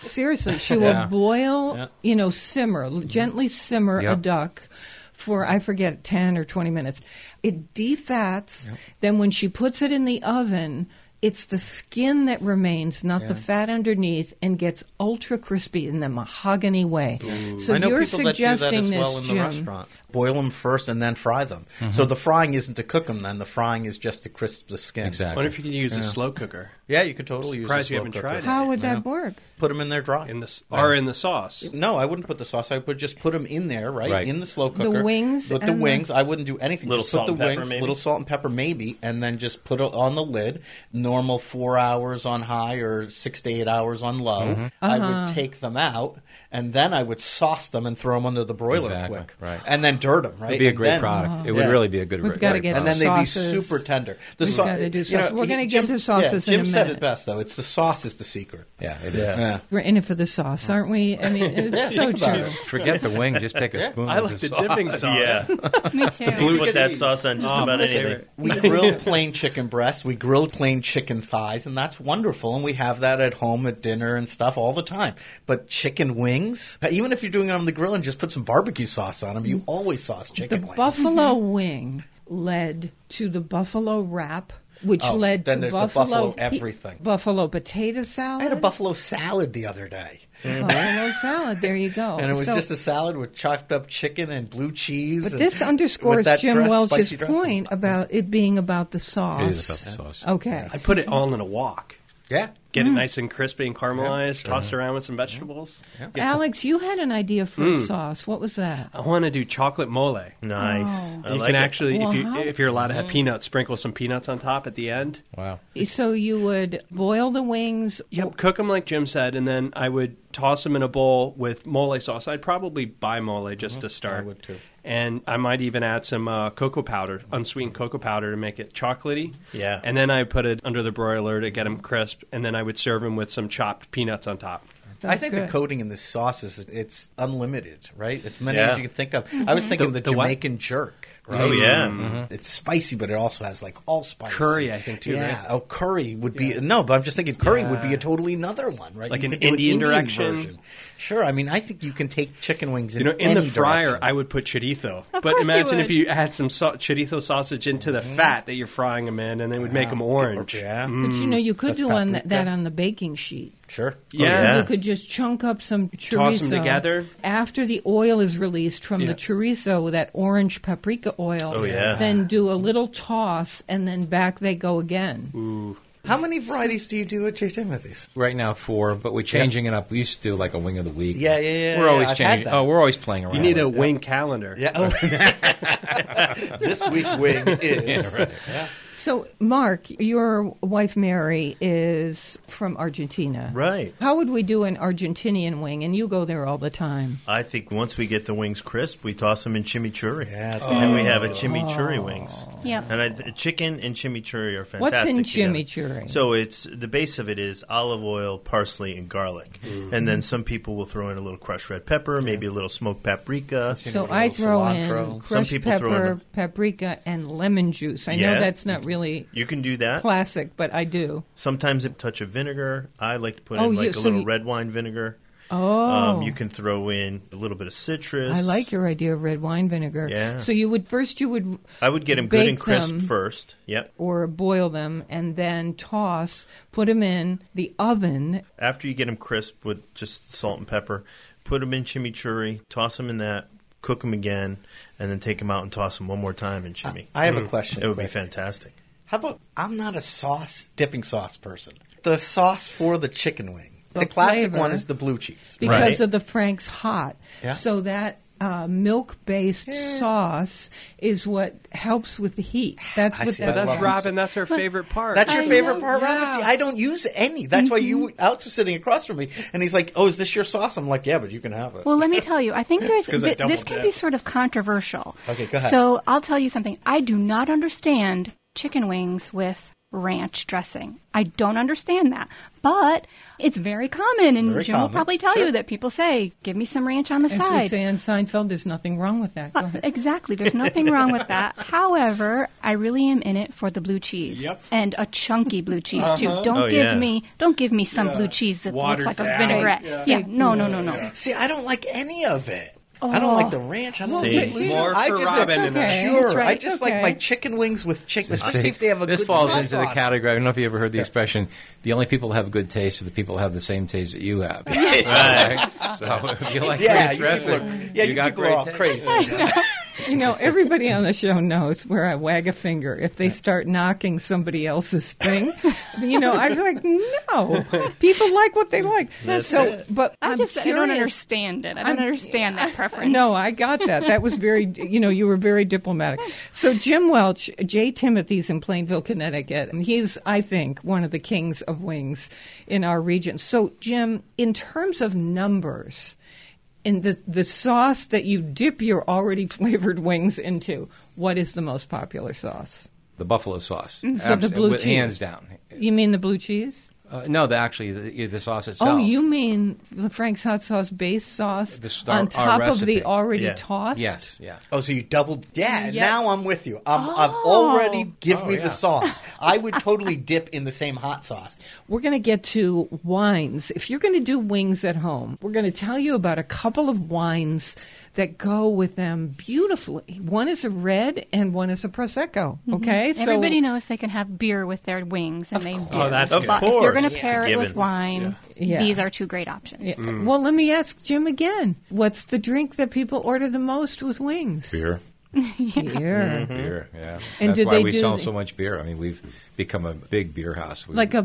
Speaker 1: seriously, she will
Speaker 3: Yeah.
Speaker 1: boil, you know, simmer l-
Speaker 5: Mm.
Speaker 1: gently simmer a
Speaker 3: Yep.
Speaker 1: duck for I forget ten or twenty minutes. It defats. Then when she puts it in the oven. It's the skin that remains, not the fat underneath, and gets ultra crispy in the mahogany way. So
Speaker 5: I know
Speaker 1: you're
Speaker 5: people that do that
Speaker 1: suggesting
Speaker 5: as
Speaker 1: this,
Speaker 5: well in the
Speaker 1: Jim. Mm-hmm.
Speaker 5: restaurant. Boil them first and then fry them. So the frying isn't to cook them. Then the frying is just to crisp the skin.
Speaker 3: Exactly.
Speaker 7: wonder if you can use a slow cooker
Speaker 5: Yeah, you could totally use. a
Speaker 7: Surprised you
Speaker 5: slow
Speaker 7: haven't
Speaker 5: cooker.
Speaker 7: tried it.
Speaker 1: How would that work?
Speaker 5: Put them in there dry.
Speaker 7: in the s- or in the sauce.
Speaker 5: no, I wouldn't put the sauce. I would just put them in there, right,
Speaker 3: Right.
Speaker 5: in the slow cooker.
Speaker 1: wings
Speaker 5: With the
Speaker 1: and the-
Speaker 5: wings, I wouldn't do anything.
Speaker 6: Little
Speaker 5: just
Speaker 6: salt
Speaker 5: put
Speaker 6: and
Speaker 5: the
Speaker 6: pepper,
Speaker 5: wings,
Speaker 6: maybe?
Speaker 5: little salt and pepper, maybe, and then just put it on the lid. Normal four hours on high or six to eight hours on low.
Speaker 3: Mm-hmm.
Speaker 5: I
Speaker 1: Uh-huh.
Speaker 5: would take them out and then I would sauce them and throw them under the broiler
Speaker 3: Exactly,
Speaker 5: quick,
Speaker 3: right.
Speaker 5: and then dirt them. Right,
Speaker 3: It'd be a
Speaker 5: And
Speaker 3: great
Speaker 5: then-
Speaker 7: uh-huh.
Speaker 3: product. It
Speaker 5: Yeah.
Speaker 3: would really be a good.
Speaker 1: We've
Speaker 3: re-
Speaker 1: Uh-huh. gotta
Speaker 3: great
Speaker 1: get
Speaker 3: product.
Speaker 5: and then they'd be
Speaker 1: sauces.
Speaker 5: super tender. The
Speaker 1: We've gotta do sauce. We're gonna
Speaker 5: he-
Speaker 1: get
Speaker 5: Jim-
Speaker 1: to sauces
Speaker 5: Yeah,
Speaker 1: in
Speaker 5: Jim
Speaker 1: a
Speaker 5: said
Speaker 1: minute.
Speaker 5: it best though. It's the sauce is the secret.
Speaker 3: Yeah, it is.
Speaker 5: Yeah.
Speaker 1: We're in it for the sauce, aren't we? I mean, it's so
Speaker 5: think about
Speaker 1: true.
Speaker 5: it.
Speaker 3: Forget the wing. Just take a spoon.
Speaker 7: I
Speaker 3: of
Speaker 7: like the
Speaker 3: sauce.
Speaker 7: dipping sauce.
Speaker 6: Yeah,
Speaker 4: Me too.
Speaker 6: put that sauce on
Speaker 7: Oh,
Speaker 6: just about anything.
Speaker 5: We grilled plain chicken breasts. We grilled plain chicken thighs, and that's wonderful. And we have that at home at dinner and stuff all the time. But chicken wings, even if you're doing it on the grill and just put some barbecue sauce on them, you always sauce
Speaker 1: The
Speaker 5: chicken wings.
Speaker 1: buffalo
Speaker 5: Mm-hmm.
Speaker 1: wing led to the buffalo wrap, which
Speaker 5: Oh,
Speaker 1: led
Speaker 5: then
Speaker 1: to
Speaker 5: there's the
Speaker 1: buffalo,
Speaker 5: buffalo
Speaker 1: he-
Speaker 5: everything.
Speaker 1: buffalo potato salad.
Speaker 5: I had a buffalo salad the other day,
Speaker 1: buffalo salad. There you go.
Speaker 5: and it was
Speaker 1: So-
Speaker 5: just a salad with chopped up chicken and blue cheese.
Speaker 1: But
Speaker 5: and-
Speaker 1: this
Speaker 5: with
Speaker 1: underscores
Speaker 5: that
Speaker 1: Jim
Speaker 5: dress-
Speaker 1: Welch's
Speaker 5: spicy dressing.
Speaker 1: point about it being about the sauce.
Speaker 3: It is about the sauce.
Speaker 1: Okay.
Speaker 7: I put it all in a wok.
Speaker 5: Yeah.
Speaker 7: Get
Speaker 1: Mm.
Speaker 7: it nice and crispy and caramelized. Toss it around with some vegetables.
Speaker 1: Alex, you had an idea for
Speaker 3: Mm.
Speaker 1: a sauce. What was that?
Speaker 5: Oh.
Speaker 7: I want to do chocolate mole.
Speaker 6: Nice. I
Speaker 7: you
Speaker 6: like
Speaker 7: can
Speaker 6: it.
Speaker 7: actually,
Speaker 1: Well,
Speaker 7: if you
Speaker 1: how-
Speaker 7: if you're allowed to have peanuts, sprinkle some peanuts on top at the end.
Speaker 3: Wow.
Speaker 1: So you would boil the wings.
Speaker 7: Yep, cook them like Jim said, and then I would toss them in a bowl with mole sauce. I'd probably buy mole just
Speaker 1: Mm-hmm.
Speaker 7: to start. I would too. And I might even add some uh, cocoa powder, unsweetened cocoa powder, to make it chocolatey.
Speaker 6: Yeah.
Speaker 7: And then I put it under the broiler to get them crisp, and then I would serve them with some chopped peanuts on top.
Speaker 5: I think the
Speaker 1: good.
Speaker 5: coating in this sauce is it's unlimited, right? As many
Speaker 6: Yeah.
Speaker 5: as you can think of. I was thinking the,
Speaker 7: The- the what?
Speaker 5: Jamaican jerk. Right?
Speaker 6: Oh, yeah.
Speaker 5: it's spicy, but it also has like allspice.
Speaker 7: Curry, I think, too,
Speaker 5: Yeah,
Speaker 7: right?
Speaker 5: oh, curry would be no, but I'm just thinking curry would be a totally another one, right?
Speaker 7: Like
Speaker 5: You
Speaker 7: an
Speaker 5: could do
Speaker 7: Indian direction?
Speaker 5: Sure, I mean, I think you can take chicken wings in
Speaker 7: You know, in the
Speaker 5: any
Speaker 7: fryer,
Speaker 5: direction.
Speaker 7: I would put chorizo. but
Speaker 1: course you
Speaker 7: imagine
Speaker 1: would.
Speaker 7: if you add some sa- chorizo sausage into
Speaker 6: Mm.
Speaker 7: the fat that you're frying them in, and they would make 'em make them orange.
Speaker 5: yeah,
Speaker 1: But
Speaker 3: Mm.
Speaker 1: you know, you could
Speaker 5: That's
Speaker 1: do on
Speaker 5: paprika.
Speaker 1: that, that on the baking sheet.
Speaker 5: sure.
Speaker 6: Oh,
Speaker 7: Yeah.
Speaker 1: You could just chunk up some chorizo.
Speaker 7: Toss 'em together?
Speaker 1: After the oil is released from
Speaker 7: Yeah.
Speaker 1: the chorizo with that orange paprika oil.
Speaker 6: Oh, yeah.
Speaker 1: Then do a little toss and then back they go again.
Speaker 5: How many varieties do you do at J. Timothy's?
Speaker 3: Right now, four, but we're changing it up. We used to do like a wing of the week.
Speaker 5: Yeah, yeah, yeah,
Speaker 3: We're
Speaker 5: yeah,
Speaker 3: always
Speaker 5: I've had
Speaker 3: changing.
Speaker 5: that.
Speaker 3: Oh, we're always playing around.
Speaker 7: You need
Speaker 3: with
Speaker 7: a
Speaker 3: it.
Speaker 7: wing calendar.
Speaker 5: Yeah. oh. this week wing is
Speaker 1: So, Mark, your wife Mary is from Argentina.
Speaker 6: Right.
Speaker 1: How would we do an Argentinian wing? And you go there all the time.
Speaker 6: I think once we get the wings crisp, we toss them in chimichurri.
Speaker 5: Yeah,
Speaker 7: Oh,
Speaker 5: that's
Speaker 6: and we have a chimichurri wings.
Speaker 4: Yep.
Speaker 6: And I, th- chicken and chimichurri are fantastic.
Speaker 1: What's in
Speaker 6: together.
Speaker 1: chimichurri?
Speaker 6: So it's the base of it is olive oil, parsley, and garlic, and then some people will throw in a little crushed red pepper, maybe a little smoked paprika.
Speaker 1: So
Speaker 5: a
Speaker 1: I
Speaker 5: little
Speaker 1: throw
Speaker 5: cilantro.
Speaker 1: in
Speaker 5: Some
Speaker 1: crushed
Speaker 6: people throw in
Speaker 1: pepper,
Speaker 6: the-
Speaker 1: paprika, and lemon juice. I know
Speaker 6: Yeah.
Speaker 1: that's not really
Speaker 6: You can do that.
Speaker 1: classic, but I do.
Speaker 6: Sometimes a touch of vinegar. I like to put
Speaker 1: Oh,
Speaker 6: in
Speaker 1: you-
Speaker 6: like
Speaker 1: so
Speaker 6: a little
Speaker 1: you-
Speaker 6: red wine vinegar.
Speaker 1: Oh,
Speaker 6: Um, you can throw in a little bit of citrus.
Speaker 1: I like your idea of red wine vinegar.
Speaker 6: Yeah.
Speaker 1: So you would first you would
Speaker 6: I would get them good
Speaker 1: bake
Speaker 6: and crisp
Speaker 1: them
Speaker 6: first. Yep.
Speaker 1: or boil them and then toss, put them in the oven.
Speaker 6: After you get them crisp with just salt and pepper, put them in chimichurri, toss them in that, cook them again, and then take them out and toss them one more time in chimmy.
Speaker 5: I
Speaker 7: Mm-hmm.
Speaker 5: have a question.
Speaker 6: it would be
Speaker 5: quick.
Speaker 6: fantastic.
Speaker 5: How about I'm not a sauce dipping sauce person. The sauce for the chicken wing. The,
Speaker 1: The
Speaker 5: classic
Speaker 1: flavor.
Speaker 5: one is the blue cheese.
Speaker 1: because
Speaker 6: Right.
Speaker 1: of the Frank's hot.
Speaker 5: Yeah.
Speaker 1: So that uh, milk-based sauce is what helps with the heat. That's
Speaker 5: I
Speaker 1: what
Speaker 5: see.
Speaker 7: But
Speaker 1: that-
Speaker 7: that's
Speaker 5: Well,
Speaker 7: Robin. That's her favorite part.
Speaker 5: That's your
Speaker 1: I
Speaker 5: favorite
Speaker 1: know,
Speaker 5: part, Robin?
Speaker 1: yeah. Mm-hmm.
Speaker 5: See, I don't use any. That's why you Alex was sitting across from me and he's like, "Oh, is this your sauce?" I'm like, "Yeah, but you can have it."
Speaker 4: Well, let me tell you, I think there's
Speaker 7: 'cause I
Speaker 4: th- this
Speaker 7: double
Speaker 4: can
Speaker 7: dipped.
Speaker 4: be sort of controversial.
Speaker 5: Okay, go ahead.
Speaker 4: So I'll tell you something. I do not understand chicken wings with ranch dressing. I don't understand that, but it's very common, and
Speaker 5: Very
Speaker 4: Jim will
Speaker 5: common.
Speaker 4: probably tell
Speaker 5: Sure.
Speaker 4: you that people say, "Give me some ranch on the
Speaker 1: As we
Speaker 4: side."
Speaker 1: say on Seinfeld, there's nothing wrong with that. Go
Speaker 4: Uh,
Speaker 1: ahead.
Speaker 4: Exactly. There's nothing wrong with that. However, I really am in it for the blue cheese and a chunky blue cheese too. Don't
Speaker 6: Oh,
Speaker 4: give
Speaker 6: yeah.
Speaker 4: me don't give me some blue cheese that
Speaker 7: Watered
Speaker 4: looks like
Speaker 7: down.
Speaker 4: a vinaigrette.
Speaker 1: Yeah.
Speaker 4: Yeah. No. No. No. No.
Speaker 5: See, I don't like any of it. I don't like the ranch. I don't
Speaker 6: See,
Speaker 5: like
Speaker 6: it's
Speaker 5: the blue cheese.
Speaker 7: more
Speaker 5: I
Speaker 7: for
Speaker 5: just
Speaker 7: Robin
Speaker 5: am
Speaker 7: than us.
Speaker 1: Okay,
Speaker 5: pure.
Speaker 1: that's right,
Speaker 5: I just like
Speaker 1: okay.
Speaker 5: my chicken wings with chicken, especially
Speaker 3: See,
Speaker 5: if they have a
Speaker 3: this
Speaker 5: good
Speaker 3: falls
Speaker 5: sauce
Speaker 3: into the
Speaker 5: on it.
Speaker 3: category. I don't know if you ever heard the expression: the only people who have good taste are the people who have the same taste that you have. Right. So if you like
Speaker 5: Yeah,
Speaker 3: great
Speaker 5: you people
Speaker 3: dressing,
Speaker 5: are, yeah, you,
Speaker 3: got
Speaker 5: people
Speaker 3: great
Speaker 5: are all
Speaker 3: taste.
Speaker 5: crazy.
Speaker 1: You know, everybody on the show knows where I wag a finger if they start knocking somebody else's thing. You know, I'm like, no, people like what they like. so, but
Speaker 4: I
Speaker 1: am
Speaker 4: just
Speaker 1: curious.
Speaker 4: I don't understand it. I don't
Speaker 1: I'm-
Speaker 4: understand that preference.
Speaker 1: No, I got that. That was very, you know, you were very diplomatic. So Jim Welch, Jay Timothy's in Plainville, Connecticut. and He's, I think, one of the kings of wings in our region. So Jim, in terms of numbers, in the the sauce that you dip your already flavored wings into, what is the most popular sauce?
Speaker 3: The buffalo sauce,
Speaker 1: Mm, So the
Speaker 3: Abs-
Speaker 1: blue
Speaker 3: with-
Speaker 1: cheese,
Speaker 3: hands down.
Speaker 1: You mean the blue cheese?
Speaker 3: Uh, no, the, actually, the, the sauce itself.
Speaker 1: Oh, you mean the Frank's hot sauce base sauce
Speaker 3: The star-
Speaker 1: on
Speaker 3: our
Speaker 1: top of
Speaker 3: recipe.
Speaker 1: the already
Speaker 6: Yeah.
Speaker 1: tossed?
Speaker 3: Yes, yeah.
Speaker 5: Oh, so you doubled? Yeah.
Speaker 1: Yeah.
Speaker 5: Now I'm with you. I'm, I've
Speaker 1: Oh.
Speaker 5: already give me
Speaker 3: yeah.
Speaker 5: the sauce. I would totally dip in the same hot sauce.
Speaker 1: We're going to get to wines. If you're going to do wings at home, we're going to tell you about a couple of wines that go with them beautifully. One is a red and one is a prosecco. Okay, so
Speaker 4: Mm-hmm. Everybody knows they can have beer with their wings, and they do.
Speaker 7: Oh, that's
Speaker 6: Of
Speaker 7: good.
Speaker 4: but if you're going
Speaker 6: course.
Speaker 4: to
Speaker 6: It's a
Speaker 4: pair it with
Speaker 6: given.
Speaker 4: wine,
Speaker 1: Yeah.
Speaker 4: these are two great options.
Speaker 1: Yeah. Well, let me ask Jim again. What's the drink that people order the most with wings?
Speaker 3: Beer. Mm-hmm.
Speaker 1: Beer.
Speaker 3: Beer, yeah.
Speaker 1: And
Speaker 3: That's
Speaker 1: do
Speaker 3: why
Speaker 1: they
Speaker 3: we
Speaker 1: do
Speaker 3: sell
Speaker 1: the-
Speaker 3: so much beer. I mean, we've become a big beer house. We,
Speaker 1: Like a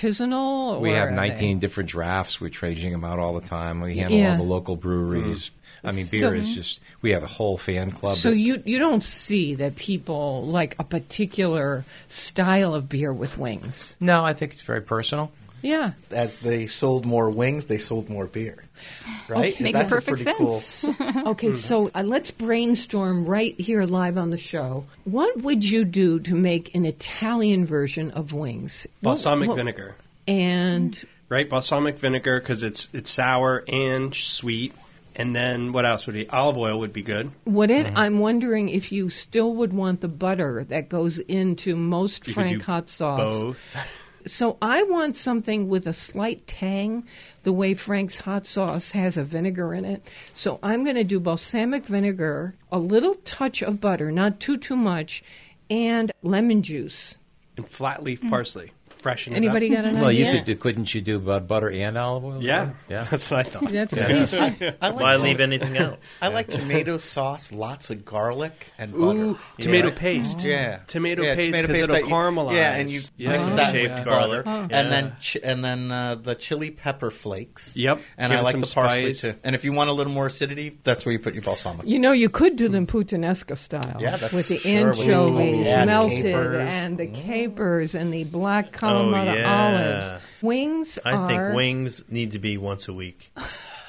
Speaker 1: artisanal. Or
Speaker 3: we
Speaker 1: are
Speaker 3: have
Speaker 1: they-
Speaker 3: 19 different drafts. We're trading them out all the time. We handle
Speaker 1: Yeah.
Speaker 3: all the local breweries.
Speaker 4: Mm-hmm.
Speaker 3: I mean, beer
Speaker 1: So-
Speaker 3: is just. We have a whole fan club.
Speaker 1: So
Speaker 3: that-
Speaker 1: you you don't see that people like a particular style of beer with wings.
Speaker 3: no, I think it's very personal.
Speaker 1: Yeah.
Speaker 5: As they sold more wings, they sold more beer. Right?
Speaker 4: Okay. Makes
Speaker 5: That's a
Speaker 4: perfect
Speaker 5: pretty cool- Hmm.
Speaker 4: sense.
Speaker 1: Okay, so uh, let's brainstorm right here live on the show. What would you do to make an Italian version of wings? What-
Speaker 7: balsamic
Speaker 1: what-
Speaker 7: vinegar.
Speaker 1: and
Speaker 7: right? Balsamic vinegar because it's it's sour and sweet. And then what else would be? Olive oil would be good.
Speaker 1: would it?
Speaker 7: Mm-hmm.
Speaker 1: I'm wondering if you still would want the butter that goes into most
Speaker 7: You could
Speaker 1: Frank
Speaker 7: do
Speaker 1: hot sauce.
Speaker 7: Both.
Speaker 1: So I want something with a slight tang, the way Frank's hot sauce has a vinegar in it. So I'm going to do balsamic vinegar, a little touch of butter, not too too much, and lemon juice.
Speaker 7: And flat leaf parsley. Freshen
Speaker 1: Mm. Anybody
Speaker 7: it up.
Speaker 1: got
Speaker 4: Oh,
Speaker 1: an
Speaker 3: Well, you
Speaker 1: idea?
Speaker 3: could do, couldn't you do about butter and olive oil?
Speaker 7: Yeah.
Speaker 3: yeah.
Speaker 7: That's what I thought.
Speaker 1: That's what
Speaker 3: Yeah.
Speaker 1: he's saying.
Speaker 5: I like
Speaker 6: Why
Speaker 5: to-
Speaker 6: leave anything out?
Speaker 5: I like tomato sauce, lots of garlic and butter. Oh.
Speaker 7: Ooh, tomato
Speaker 6: Yeah.
Speaker 7: paste.
Speaker 5: Yeah,
Speaker 7: Tomato
Speaker 5: yeah,
Speaker 7: paste because it'll
Speaker 5: that you-
Speaker 7: caramelize.
Speaker 5: Yeah, and you
Speaker 7: Yeah. Oh.
Speaker 5: mix that
Speaker 6: Shaved
Speaker 5: with
Speaker 6: garlic.
Speaker 5: garlic,
Speaker 6: Yeah.
Speaker 5: and then ch- and then uh, the chili pepper flakes.
Speaker 7: Yep.
Speaker 5: and
Speaker 7: Give
Speaker 5: I
Speaker 7: it
Speaker 5: like
Speaker 7: some
Speaker 5: the parsley
Speaker 7: spice.
Speaker 5: too. And if you want a little more acidity, that's where you put your balsamic.
Speaker 1: You know, you could do them Putanesca style
Speaker 5: Yeah, that's
Speaker 1: with the
Speaker 5: sure what you call
Speaker 1: anchovies
Speaker 5: it. Yeah,
Speaker 1: melted
Speaker 5: capers. Mm. Oh,
Speaker 1: and the capers and the black Kalamata
Speaker 6: yeah.
Speaker 1: olives. Wings
Speaker 6: I
Speaker 1: are
Speaker 6: think wings need to be once a week.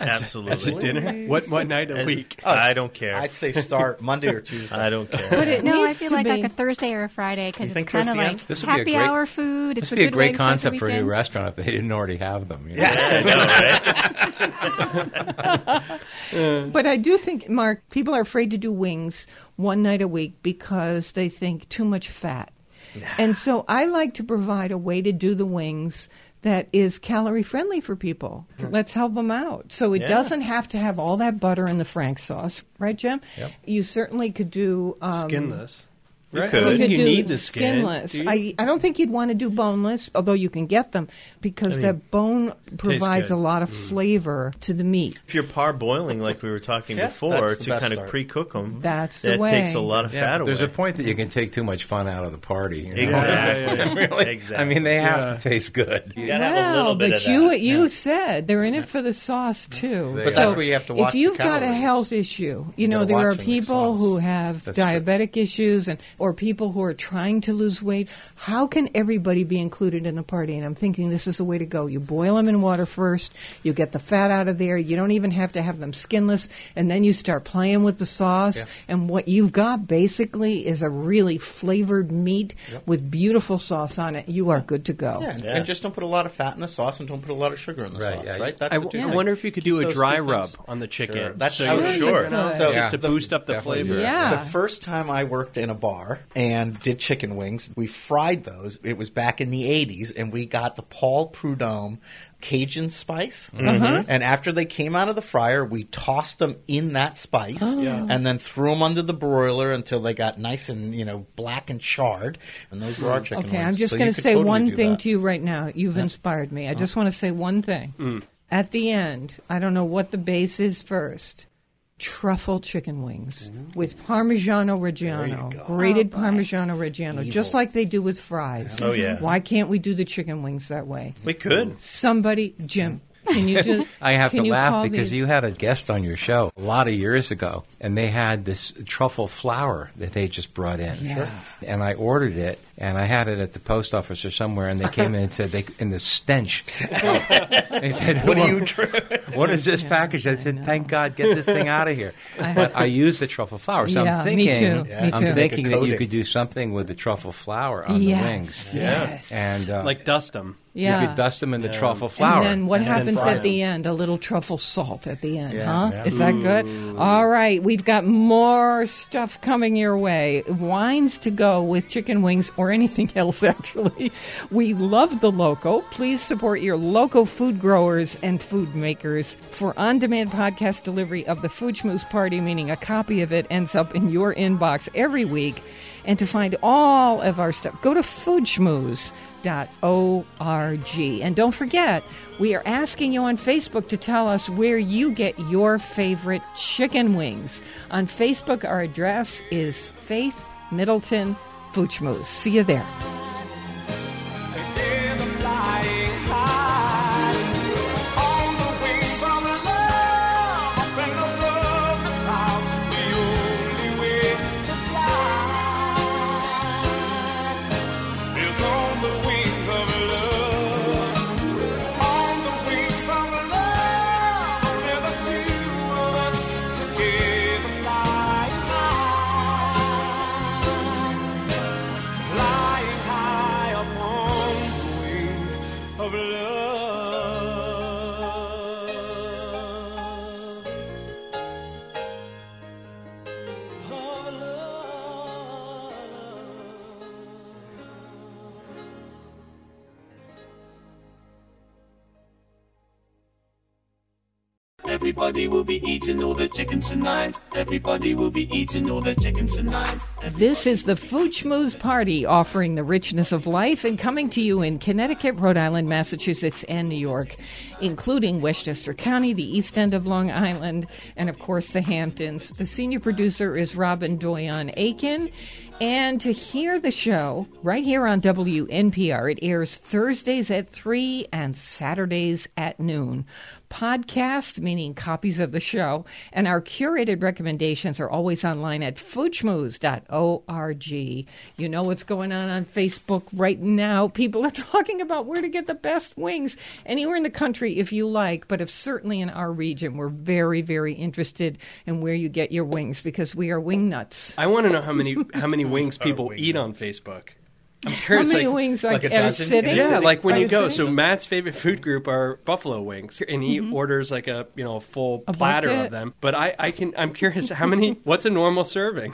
Speaker 6: Absolutely.
Speaker 7: That's a dinner. What what night a week?
Speaker 5: Oh,
Speaker 6: I don't care.
Speaker 5: I'd say start Monday or Tuesday.
Speaker 6: I don't
Speaker 1: But
Speaker 6: care.
Speaker 1: it
Speaker 4: No, I
Speaker 1: needs
Speaker 4: feel
Speaker 1: to
Speaker 4: like
Speaker 1: be-
Speaker 4: like a Thursday or a Friday
Speaker 5: You
Speaker 4: because
Speaker 5: think
Speaker 4: it's kind of
Speaker 5: towards the
Speaker 4: like
Speaker 5: end?
Speaker 3: This would be a
Speaker 4: happy
Speaker 3: great-
Speaker 4: hour food. It's
Speaker 3: This would be a
Speaker 4: good way
Speaker 3: great
Speaker 4: to start the
Speaker 3: concept for a new
Speaker 4: weekend.
Speaker 3: restaurant if they didn't already have them. you know?
Speaker 6: I know, right?
Speaker 1: But I do think, Mark, people are afraid to do wings one night a week because they think too much fat. And so I like to provide a way to do the wings that is calorie friendly for people.
Speaker 5: Hmm.
Speaker 1: Let's help them out. So it
Speaker 6: Yeah.
Speaker 1: doesn't have to have all that butter in the Frank sauce, right, Jim? You certainly could do. Um,
Speaker 7: Skinless.
Speaker 6: You
Speaker 7: Right.
Speaker 6: could.
Speaker 7: I don't
Speaker 1: you
Speaker 7: think
Speaker 1: could
Speaker 7: you
Speaker 1: do
Speaker 7: need the skin,
Speaker 1: skinless.
Speaker 7: do you?
Speaker 1: I, I don't think you'd want to do boneless, although you can get them because that bone provides
Speaker 7: good.
Speaker 1: a lot of
Speaker 7: Mm.
Speaker 1: flavor to the meat.
Speaker 6: If you're parboiling, like we were talking
Speaker 5: Yeah,
Speaker 6: before,
Speaker 5: that's the
Speaker 6: to
Speaker 5: best
Speaker 6: kind of
Speaker 5: start.
Speaker 6: pre-cook them,
Speaker 1: That's the
Speaker 6: that takes
Speaker 1: way.
Speaker 6: a lot of
Speaker 3: Yeah,
Speaker 6: fat away.
Speaker 3: there's a point that you can take too much fun out of the party. you know?
Speaker 6: Exactly.
Speaker 3: Really?
Speaker 6: Exactly.
Speaker 3: I mean, they have to taste good.
Speaker 6: You gotta have a little bit
Speaker 1: but
Speaker 6: of
Speaker 1: you
Speaker 6: that.
Speaker 1: you said they're in it for the sauce too.
Speaker 3: But
Speaker 1: So
Speaker 3: that's
Speaker 5: where you have to watch
Speaker 1: If
Speaker 5: the
Speaker 1: you've got a
Speaker 5: calories.
Speaker 1: health issue, you,
Speaker 5: You
Speaker 1: know
Speaker 5: gotta
Speaker 1: there are
Speaker 5: watch them with
Speaker 1: people
Speaker 5: sauce.
Speaker 1: who have
Speaker 3: That's true.
Speaker 1: diabetic issues and or people who are trying to lose weight. How can everybody be included in the party? And I'm thinking this is the way to go. You boil them in water first. You get the fat out of there. You don't even have to have them skinless, and then you start playing with the sauce. And what you've got basically is a really flavored meat with beautiful sauce on it. You are good to go.
Speaker 5: Yeah, and-
Speaker 6: Yeah.
Speaker 5: and just don't put a lot of fat in the sauce, and don't put a lot of sugar in the
Speaker 3: Right,
Speaker 5: sauce.
Speaker 3: yeah.
Speaker 5: Right? That's
Speaker 7: I,
Speaker 5: the two
Speaker 7: w- I
Speaker 5: things.
Speaker 7: wonder if you could
Speaker 5: Keep
Speaker 7: do a
Speaker 5: those
Speaker 7: dry
Speaker 5: two
Speaker 7: rub
Speaker 5: things.
Speaker 7: on the chicken.
Speaker 5: Sure. That's
Speaker 7: so
Speaker 5: how
Speaker 7: you're
Speaker 5: it is.
Speaker 7: sure.
Speaker 1: Yeah.
Speaker 5: So-
Speaker 7: just to
Speaker 3: Yeah.
Speaker 7: boost up the
Speaker 3: Definitely
Speaker 7: flavor.
Speaker 3: do it.
Speaker 1: Yeah.
Speaker 5: The first time I worked in a bar and did chicken wings, we fried those. It was back in the 80s, and we got the Paul Prudhomme Cajun spice.
Speaker 1: Mm-hmm.
Speaker 5: And after they came out of the fryer, we tossed them in that spice
Speaker 1: Oh.
Speaker 5: and then threw them under the broiler until they got nice and, you know, black and charred. And those were our chicken
Speaker 1: Okay,
Speaker 5: wings.
Speaker 1: I'm just
Speaker 5: So you
Speaker 1: going to
Speaker 5: could
Speaker 1: say
Speaker 5: totally
Speaker 1: one
Speaker 5: do
Speaker 1: thing
Speaker 5: that.
Speaker 1: to you right now. You've inspired me. I just want to say one thing. At the end, I don't know what the base is first. Truffle chicken wings with Parmigiano Reggiano, grated Parmigiano Reggiano, just like they do with fries.
Speaker 6: Oh, yeah.
Speaker 1: Why can't we do the chicken wings that way?
Speaker 6: We could.
Speaker 1: Somebody, Jim, can you do?
Speaker 3: I have
Speaker 1: can
Speaker 3: to
Speaker 1: you
Speaker 3: laugh
Speaker 1: call
Speaker 3: because
Speaker 1: these-
Speaker 3: you had a guest on your show a lot of years ago, and they had this truffle flour that they just brought in.
Speaker 1: Yeah. Sure.
Speaker 3: And I ordered it, and I had it at the post office or somewhere, and they came in and said, they, in the stench, they said,
Speaker 5: What do you drink?
Speaker 3: What is this package? I said, thank God, get this thing out of here. But I use the truffle flour. So
Speaker 1: Yeah,
Speaker 3: I'm
Speaker 1: me
Speaker 3: thinking,
Speaker 1: too, Yeah. me
Speaker 3: I'm
Speaker 1: too.
Speaker 3: thinking
Speaker 5: Like a
Speaker 3: that you
Speaker 5: coating.
Speaker 3: could do something with the truffle flour on
Speaker 1: yes.
Speaker 3: the wings.
Speaker 1: Yes.
Speaker 3: And uh,
Speaker 7: Like dust them.
Speaker 1: yeah.
Speaker 3: you could dust them in the truffle flour.
Speaker 1: And then what
Speaker 7: And then
Speaker 1: happens
Speaker 7: fry
Speaker 1: at the end? A little truffle salt at the end, huh?
Speaker 5: Yeah,
Speaker 1: Is that good? All right, we've got more stuff coming your way. Wines to go with chicken wings or anything else, actually. We love the local. Please support your local food growers and food makers. For on demand podcast delivery of the Food Schmooze Party, meaning a copy of it ends up in your inbox every week. And to find all of our stuff, go to foodschmooze.org. And don't forget, we are asking you on Facebook to tell us where you get your favorite chicken wings. On Facebook, our address is Faith Middleton Food Schmooze. See you there.
Speaker 8: Together flying high on the wings of love, up and above the clouds, the only way to fly is on the wings of love, on the wings of love, only the two of us together flying high, flying high.
Speaker 9: Everybody will be eating all the chicken tonight. Everybody will be eating all the chicken tonight.
Speaker 1: This is the Food Schmooze Party, offering the richness of life and coming to you in Connecticut, Rhode Island, Massachusetts, and New York, including Westchester County, the east end of Long Island, and of course the Hamptons. The senior producer is Robin Doyon Aiken. And to hear the show right here on WNPR, it airs Thursdays at 3 and Saturdays at noon. Podcast, meaning copies of the show, and our curated recommendations are always online at foodschmooze.org. You know what's going on on Facebook right now. People are talking about where to get the best wings anywhere in the country if you like, but if certainly in our region, we're very, very interested in where you get your wings because we are wing nuts.
Speaker 6: I want to know how many how many wings people eat on Facebook. I'm curious.
Speaker 1: many
Speaker 6: like,
Speaker 1: wings, like, Like a at a dozen in a sitting?
Speaker 6: Yeah,
Speaker 1: sitting?
Speaker 6: like when
Speaker 1: Are
Speaker 6: you
Speaker 1: you
Speaker 6: go.
Speaker 1: kidding?
Speaker 6: So Matt's favorite food group are buffalo wings, and he
Speaker 1: Mhm.
Speaker 6: orders like a you know a full
Speaker 1: A
Speaker 6: platter
Speaker 1: bucket?
Speaker 6: of them. But I, I can I'm curious how many. what's a normal serving?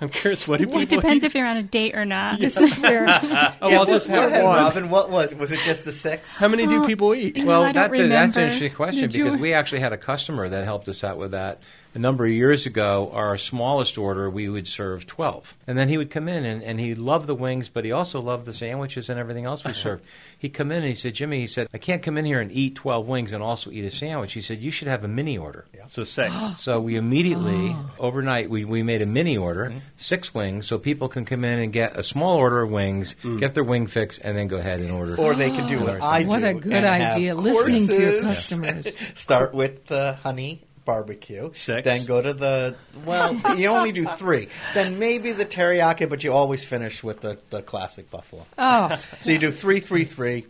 Speaker 6: I'm curious. What do people
Speaker 4: It depends
Speaker 6: eat?
Speaker 4: if you're on a date or not.
Speaker 6: This is where- Oh, I'll
Speaker 5: Yes,
Speaker 6: just
Speaker 5: go
Speaker 6: have
Speaker 5: ahead,
Speaker 6: one.
Speaker 5: Robin, what was was it? Just the six?
Speaker 6: How many do people eat?
Speaker 3: Well, that's a, that's an interesting question
Speaker 5: Did you-
Speaker 3: because we actually had a customer that helped us out with that a number of years ago. Our smallest order, we would serve twelve, and then he would come in and, and he loved the wings, but he also loved the sandwiches and everything else we served. He'd come in and he said, "Jimmy," he said, "I can't come in here and eat twelve wings and also eat a sandwich." He said, "You should have a mini order."
Speaker 6: So six.
Speaker 3: so we immediately
Speaker 5: Oh.
Speaker 3: overnight we, we made a mini order,
Speaker 5: Mm-hmm.
Speaker 3: six wings, so people can come in and get a small order of wings, get their wing fix, and then go ahead and order.
Speaker 5: Mm. Or they can do what I do.
Speaker 1: Oh. What a good
Speaker 5: and have
Speaker 1: idea, listening to your
Speaker 5: courses. Start with the honey barbecue. Six. Then go to the well. you only do three. Then maybe the teriyaki, but you always finish with the, the classic buffalo.
Speaker 1: Oh.
Speaker 5: so you do three, three, three.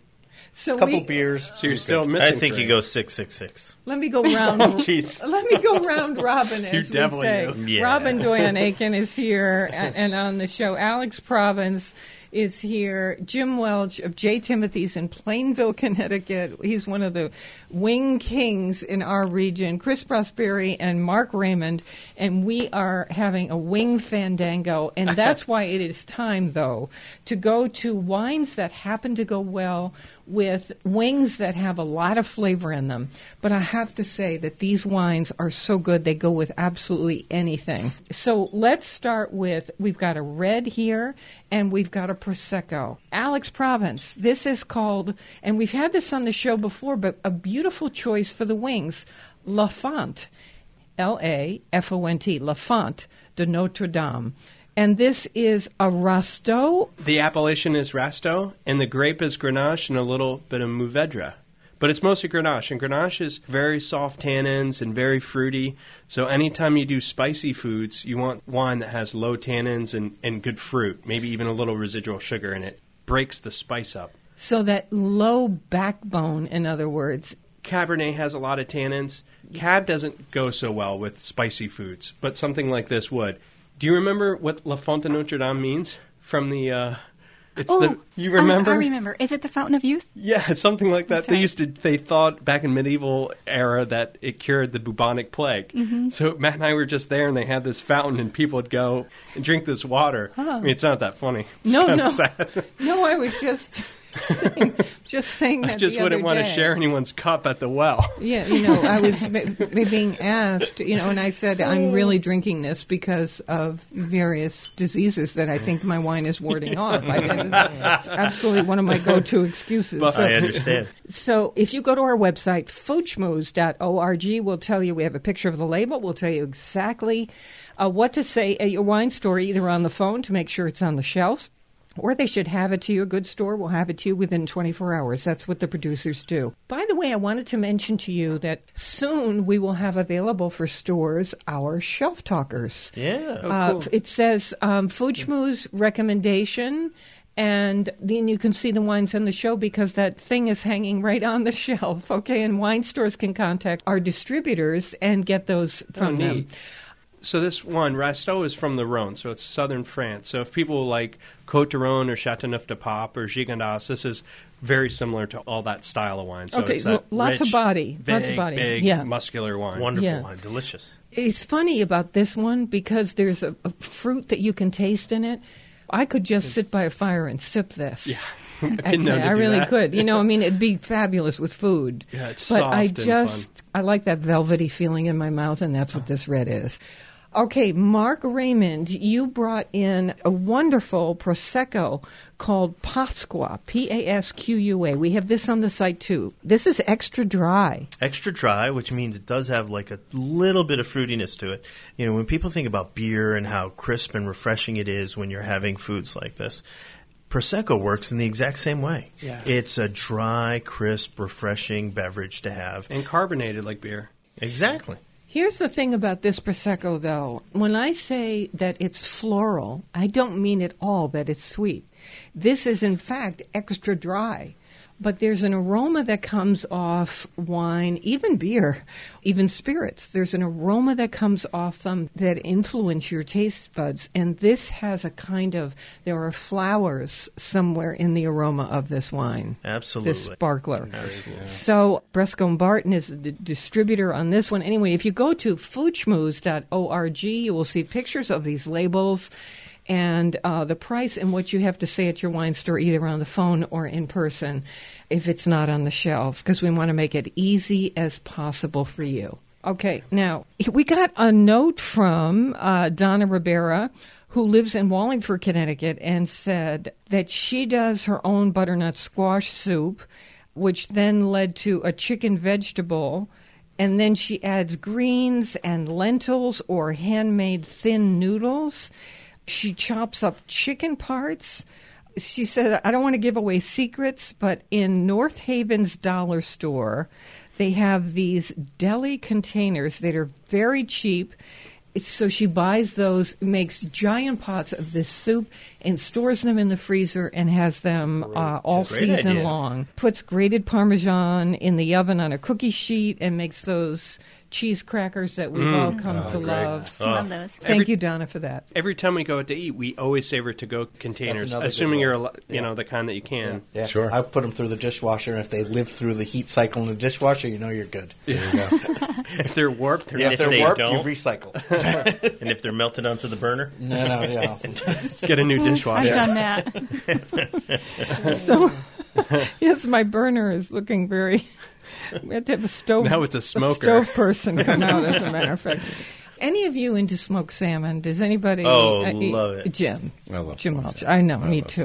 Speaker 1: So
Speaker 5: couple
Speaker 1: we-
Speaker 5: beers.
Speaker 6: So you're still missing
Speaker 10: I think
Speaker 6: three.
Speaker 10: you go six six six.
Speaker 1: Let me go round.
Speaker 6: Oh, jeez.
Speaker 1: let me go round robin. As
Speaker 6: You
Speaker 1: we
Speaker 6: definitely
Speaker 1: say.
Speaker 6: do. Yeah.
Speaker 1: Robin Doyon Aiken is here and, and on the show. Alex Province is here. Jim Welch of J. Timothy's in Plainville, Connecticut. He's one of the wing kings in our region. Chris Prosperi and Mark Raymond, and we are having a wing fandango, and that's why it is time though to go to wines that happen to go well with wings that have a lot of flavor in them. But I have to say that these wines are so good, they go with absolutely anything. So let's start with we've got a red here and we've got a Prosecco. Alex Province, this is called, and we've had this on the show before, but a beautiful choice for the wings La Font. L A F O N T, La Font de Notre Dame. And this is a Rasteau
Speaker 6: The appellation is Rasto, and the grape is Grenache and a little bit of Mouvedre. But it's mostly Grenache, and Grenache is very soft tannins and very fruity. So anytime you do spicy foods, you want wine that has low tannins and, and good fruit, maybe even a little residual sugar in it. Breaks the spice up.
Speaker 1: So that low backbone, in other words,
Speaker 6: Cabernet has a lot of tannins. Cab doesn't go so well with spicy foods, but something like this would. Do you remember what La Fonte Notre Dame means from the? Uh, it's the you
Speaker 4: I'm s-
Speaker 6: remember?
Speaker 4: I remember. Is it the Fountain of Youth?
Speaker 6: Yeah, something like that.
Speaker 4: That's
Speaker 6: they
Speaker 4: right.
Speaker 6: used to. They thought back in medieval era that it cured the bubonic plague.
Speaker 1: Mm-hmm.
Speaker 4: Mhm.
Speaker 6: So Matt and I were just there, and they had this fountain, and people would go and drink this water.
Speaker 1: Huh.
Speaker 6: I mean, it's not that funny. It's
Speaker 1: No,
Speaker 6: kinda
Speaker 1: no.
Speaker 6: sad.
Speaker 1: No, I was just saying, just saying that.
Speaker 6: I just
Speaker 1: the
Speaker 6: wouldn't
Speaker 1: other
Speaker 6: want to
Speaker 1: day.
Speaker 6: share anyone's cup at the well.
Speaker 1: Yeah, you know, I was ma- ma- being asked, you know, and I said
Speaker 6: Oh.
Speaker 1: I'm really drinking this because of various diseases that I think my wine is warding off. I think it's absolutely one of my go-to excuses.
Speaker 6: But I understand.
Speaker 1: So if you go to our website, foodschmooze.org, we'll tell you, we have a picture of the label. We'll tell you exactly uh, what to say at your wine store, either on the phone to make sure it's on the shelf, or they should have it to you. A good store will have it to you within 24 hours. That's what the producers do. By the way, I wanted to mention to you that soon we will have available for stores our shelf talkers.
Speaker 10: Yeah. Oh,
Speaker 1: Uh,
Speaker 10: cool.
Speaker 1: it says um, Food Schmooze recommendation. And then you can see the wines on the show because that thing is hanging right on the shelf. Okay. And wine stores can contact our distributors and get those from
Speaker 6: Oh,
Speaker 1: them.
Speaker 6: neat. So this one, Rasteau, is from the Rhone, so it's southern France. So if people like Côte de Rhone or Châteauneuf de Pape or Gigondas, this is very similar to all that style of wine. So
Speaker 1: Okay,
Speaker 6: it's that
Speaker 1: lo- lots of
Speaker 6: rich,
Speaker 1: body,
Speaker 6: big,
Speaker 1: lots of body.
Speaker 6: big,
Speaker 1: Yeah.
Speaker 6: muscular wine.
Speaker 1: Wonderful Yeah. wine.
Speaker 10: Delicious.
Speaker 1: It's funny about this one because there's a, a fruit that you can taste in it. I could just sit by a fire and sip this. Yeah.
Speaker 7: I
Speaker 1: Actually,
Speaker 7: didn't know to
Speaker 1: I
Speaker 7: do
Speaker 1: really
Speaker 7: that.
Speaker 1: could. You know, I mean, it'd be fabulous with food.
Speaker 7: Yeah, it's
Speaker 1: but
Speaker 7: soft
Speaker 1: I
Speaker 7: and fun.
Speaker 1: just, I like that velvety feeling in my mouth, and that's what this red is. Okay, Mark Raymond, you brought in a wonderful Prosecco called Pasqua, P A S Q U A. We have this on the site too. This is extra dry.
Speaker 6: extra dry, which means it does have like a little bit of fruitiness to it. You know, when people think about beer and how crisp and refreshing it is when you're having foods like this, Prosecco works in the exact same way.
Speaker 7: Yeah.
Speaker 6: It's a dry, crisp, refreshing beverage to have.
Speaker 7: and carbonated like beer.
Speaker 6: Exactly.
Speaker 1: Here's the thing about this Prosecco, though. When I say that it's floral, I don't mean at all that it's sweet. This is, in fact, extra dry. But there's an aroma that comes off wine, even beer, even spirits. There's an aroma that comes off them that influence your taste buds. And this has a kind of, there are flowers somewhere in the aroma of this wine. This
Speaker 6: Absolutely.
Speaker 1: sparkler.
Speaker 6: Absolutely.
Speaker 1: So Brescombe Barton is the distributor on this one. Anyway, if you go to foodschmooze.org, you will see pictures of these labels and uh, the price and what you have to say at your wine store, either on the phone or in person, if it's not on the shelf, because we want to make it easy as possible for you. Okay, now we got a note from uh, Donna Ribera who lives in Wallingford, Connecticut, and said that she does her own butternut squash soup, which then led to a chicken vegetable. And then she adds greens and lentils or handmade thin noodles. She chops up chicken parts. She said, I don't want to give away secrets, but in North Haven's dollar store, they have these deli containers that are very cheap. So she buys those, makes giant pots of this soup, and stores them in the freezer and has them uh, all
Speaker 6: Great
Speaker 1: season
Speaker 6: idea.
Speaker 1: long. Puts grated Parmesan in the oven on a cookie sheet and makes those cheese crackers that
Speaker 6: Mm.
Speaker 1: we've all come
Speaker 6: Oh,
Speaker 1: to love.
Speaker 3: Oh.
Speaker 4: Love those.
Speaker 1: Thank
Speaker 7: Every-
Speaker 1: you, Donna, for that.
Speaker 7: Every time we go out to eat, we always save our to-go
Speaker 5: That's
Speaker 7: containers,
Speaker 5: another good
Speaker 7: assuming you're,
Speaker 5: rule.
Speaker 7: al- you know, the kind that you can.
Speaker 5: Yeah.
Speaker 3: Sure.
Speaker 5: I put them through the dishwasher, and if they live through the heat cycle in the dishwasher, you know you're good.
Speaker 7: If they're warped, they're
Speaker 5: Yeah,
Speaker 7: not
Speaker 5: if
Speaker 6: if
Speaker 5: they're
Speaker 6: they
Speaker 5: warped,
Speaker 6: don't-
Speaker 5: you recycle.
Speaker 6: and if they're melted onto the burner,
Speaker 5: no, no, yeah.
Speaker 7: get a new
Speaker 1: Mm,
Speaker 4: I've
Speaker 7: dishwasher.
Speaker 4: done that.
Speaker 1: So, yes, my burner is looking very. We had to have a stove.
Speaker 7: Now it's a smoker.
Speaker 1: stove person come out, as a matter of fact. Any of you into smoked salmon? Does anybody? uh,
Speaker 6: Oh,
Speaker 1: eat-
Speaker 6: love it.
Speaker 1: Jim.
Speaker 3: I love
Speaker 1: Jim
Speaker 3: smoked
Speaker 1: Welch.
Speaker 3: salmon.
Speaker 1: I know,
Speaker 3: I
Speaker 1: me
Speaker 3: love
Speaker 1: too.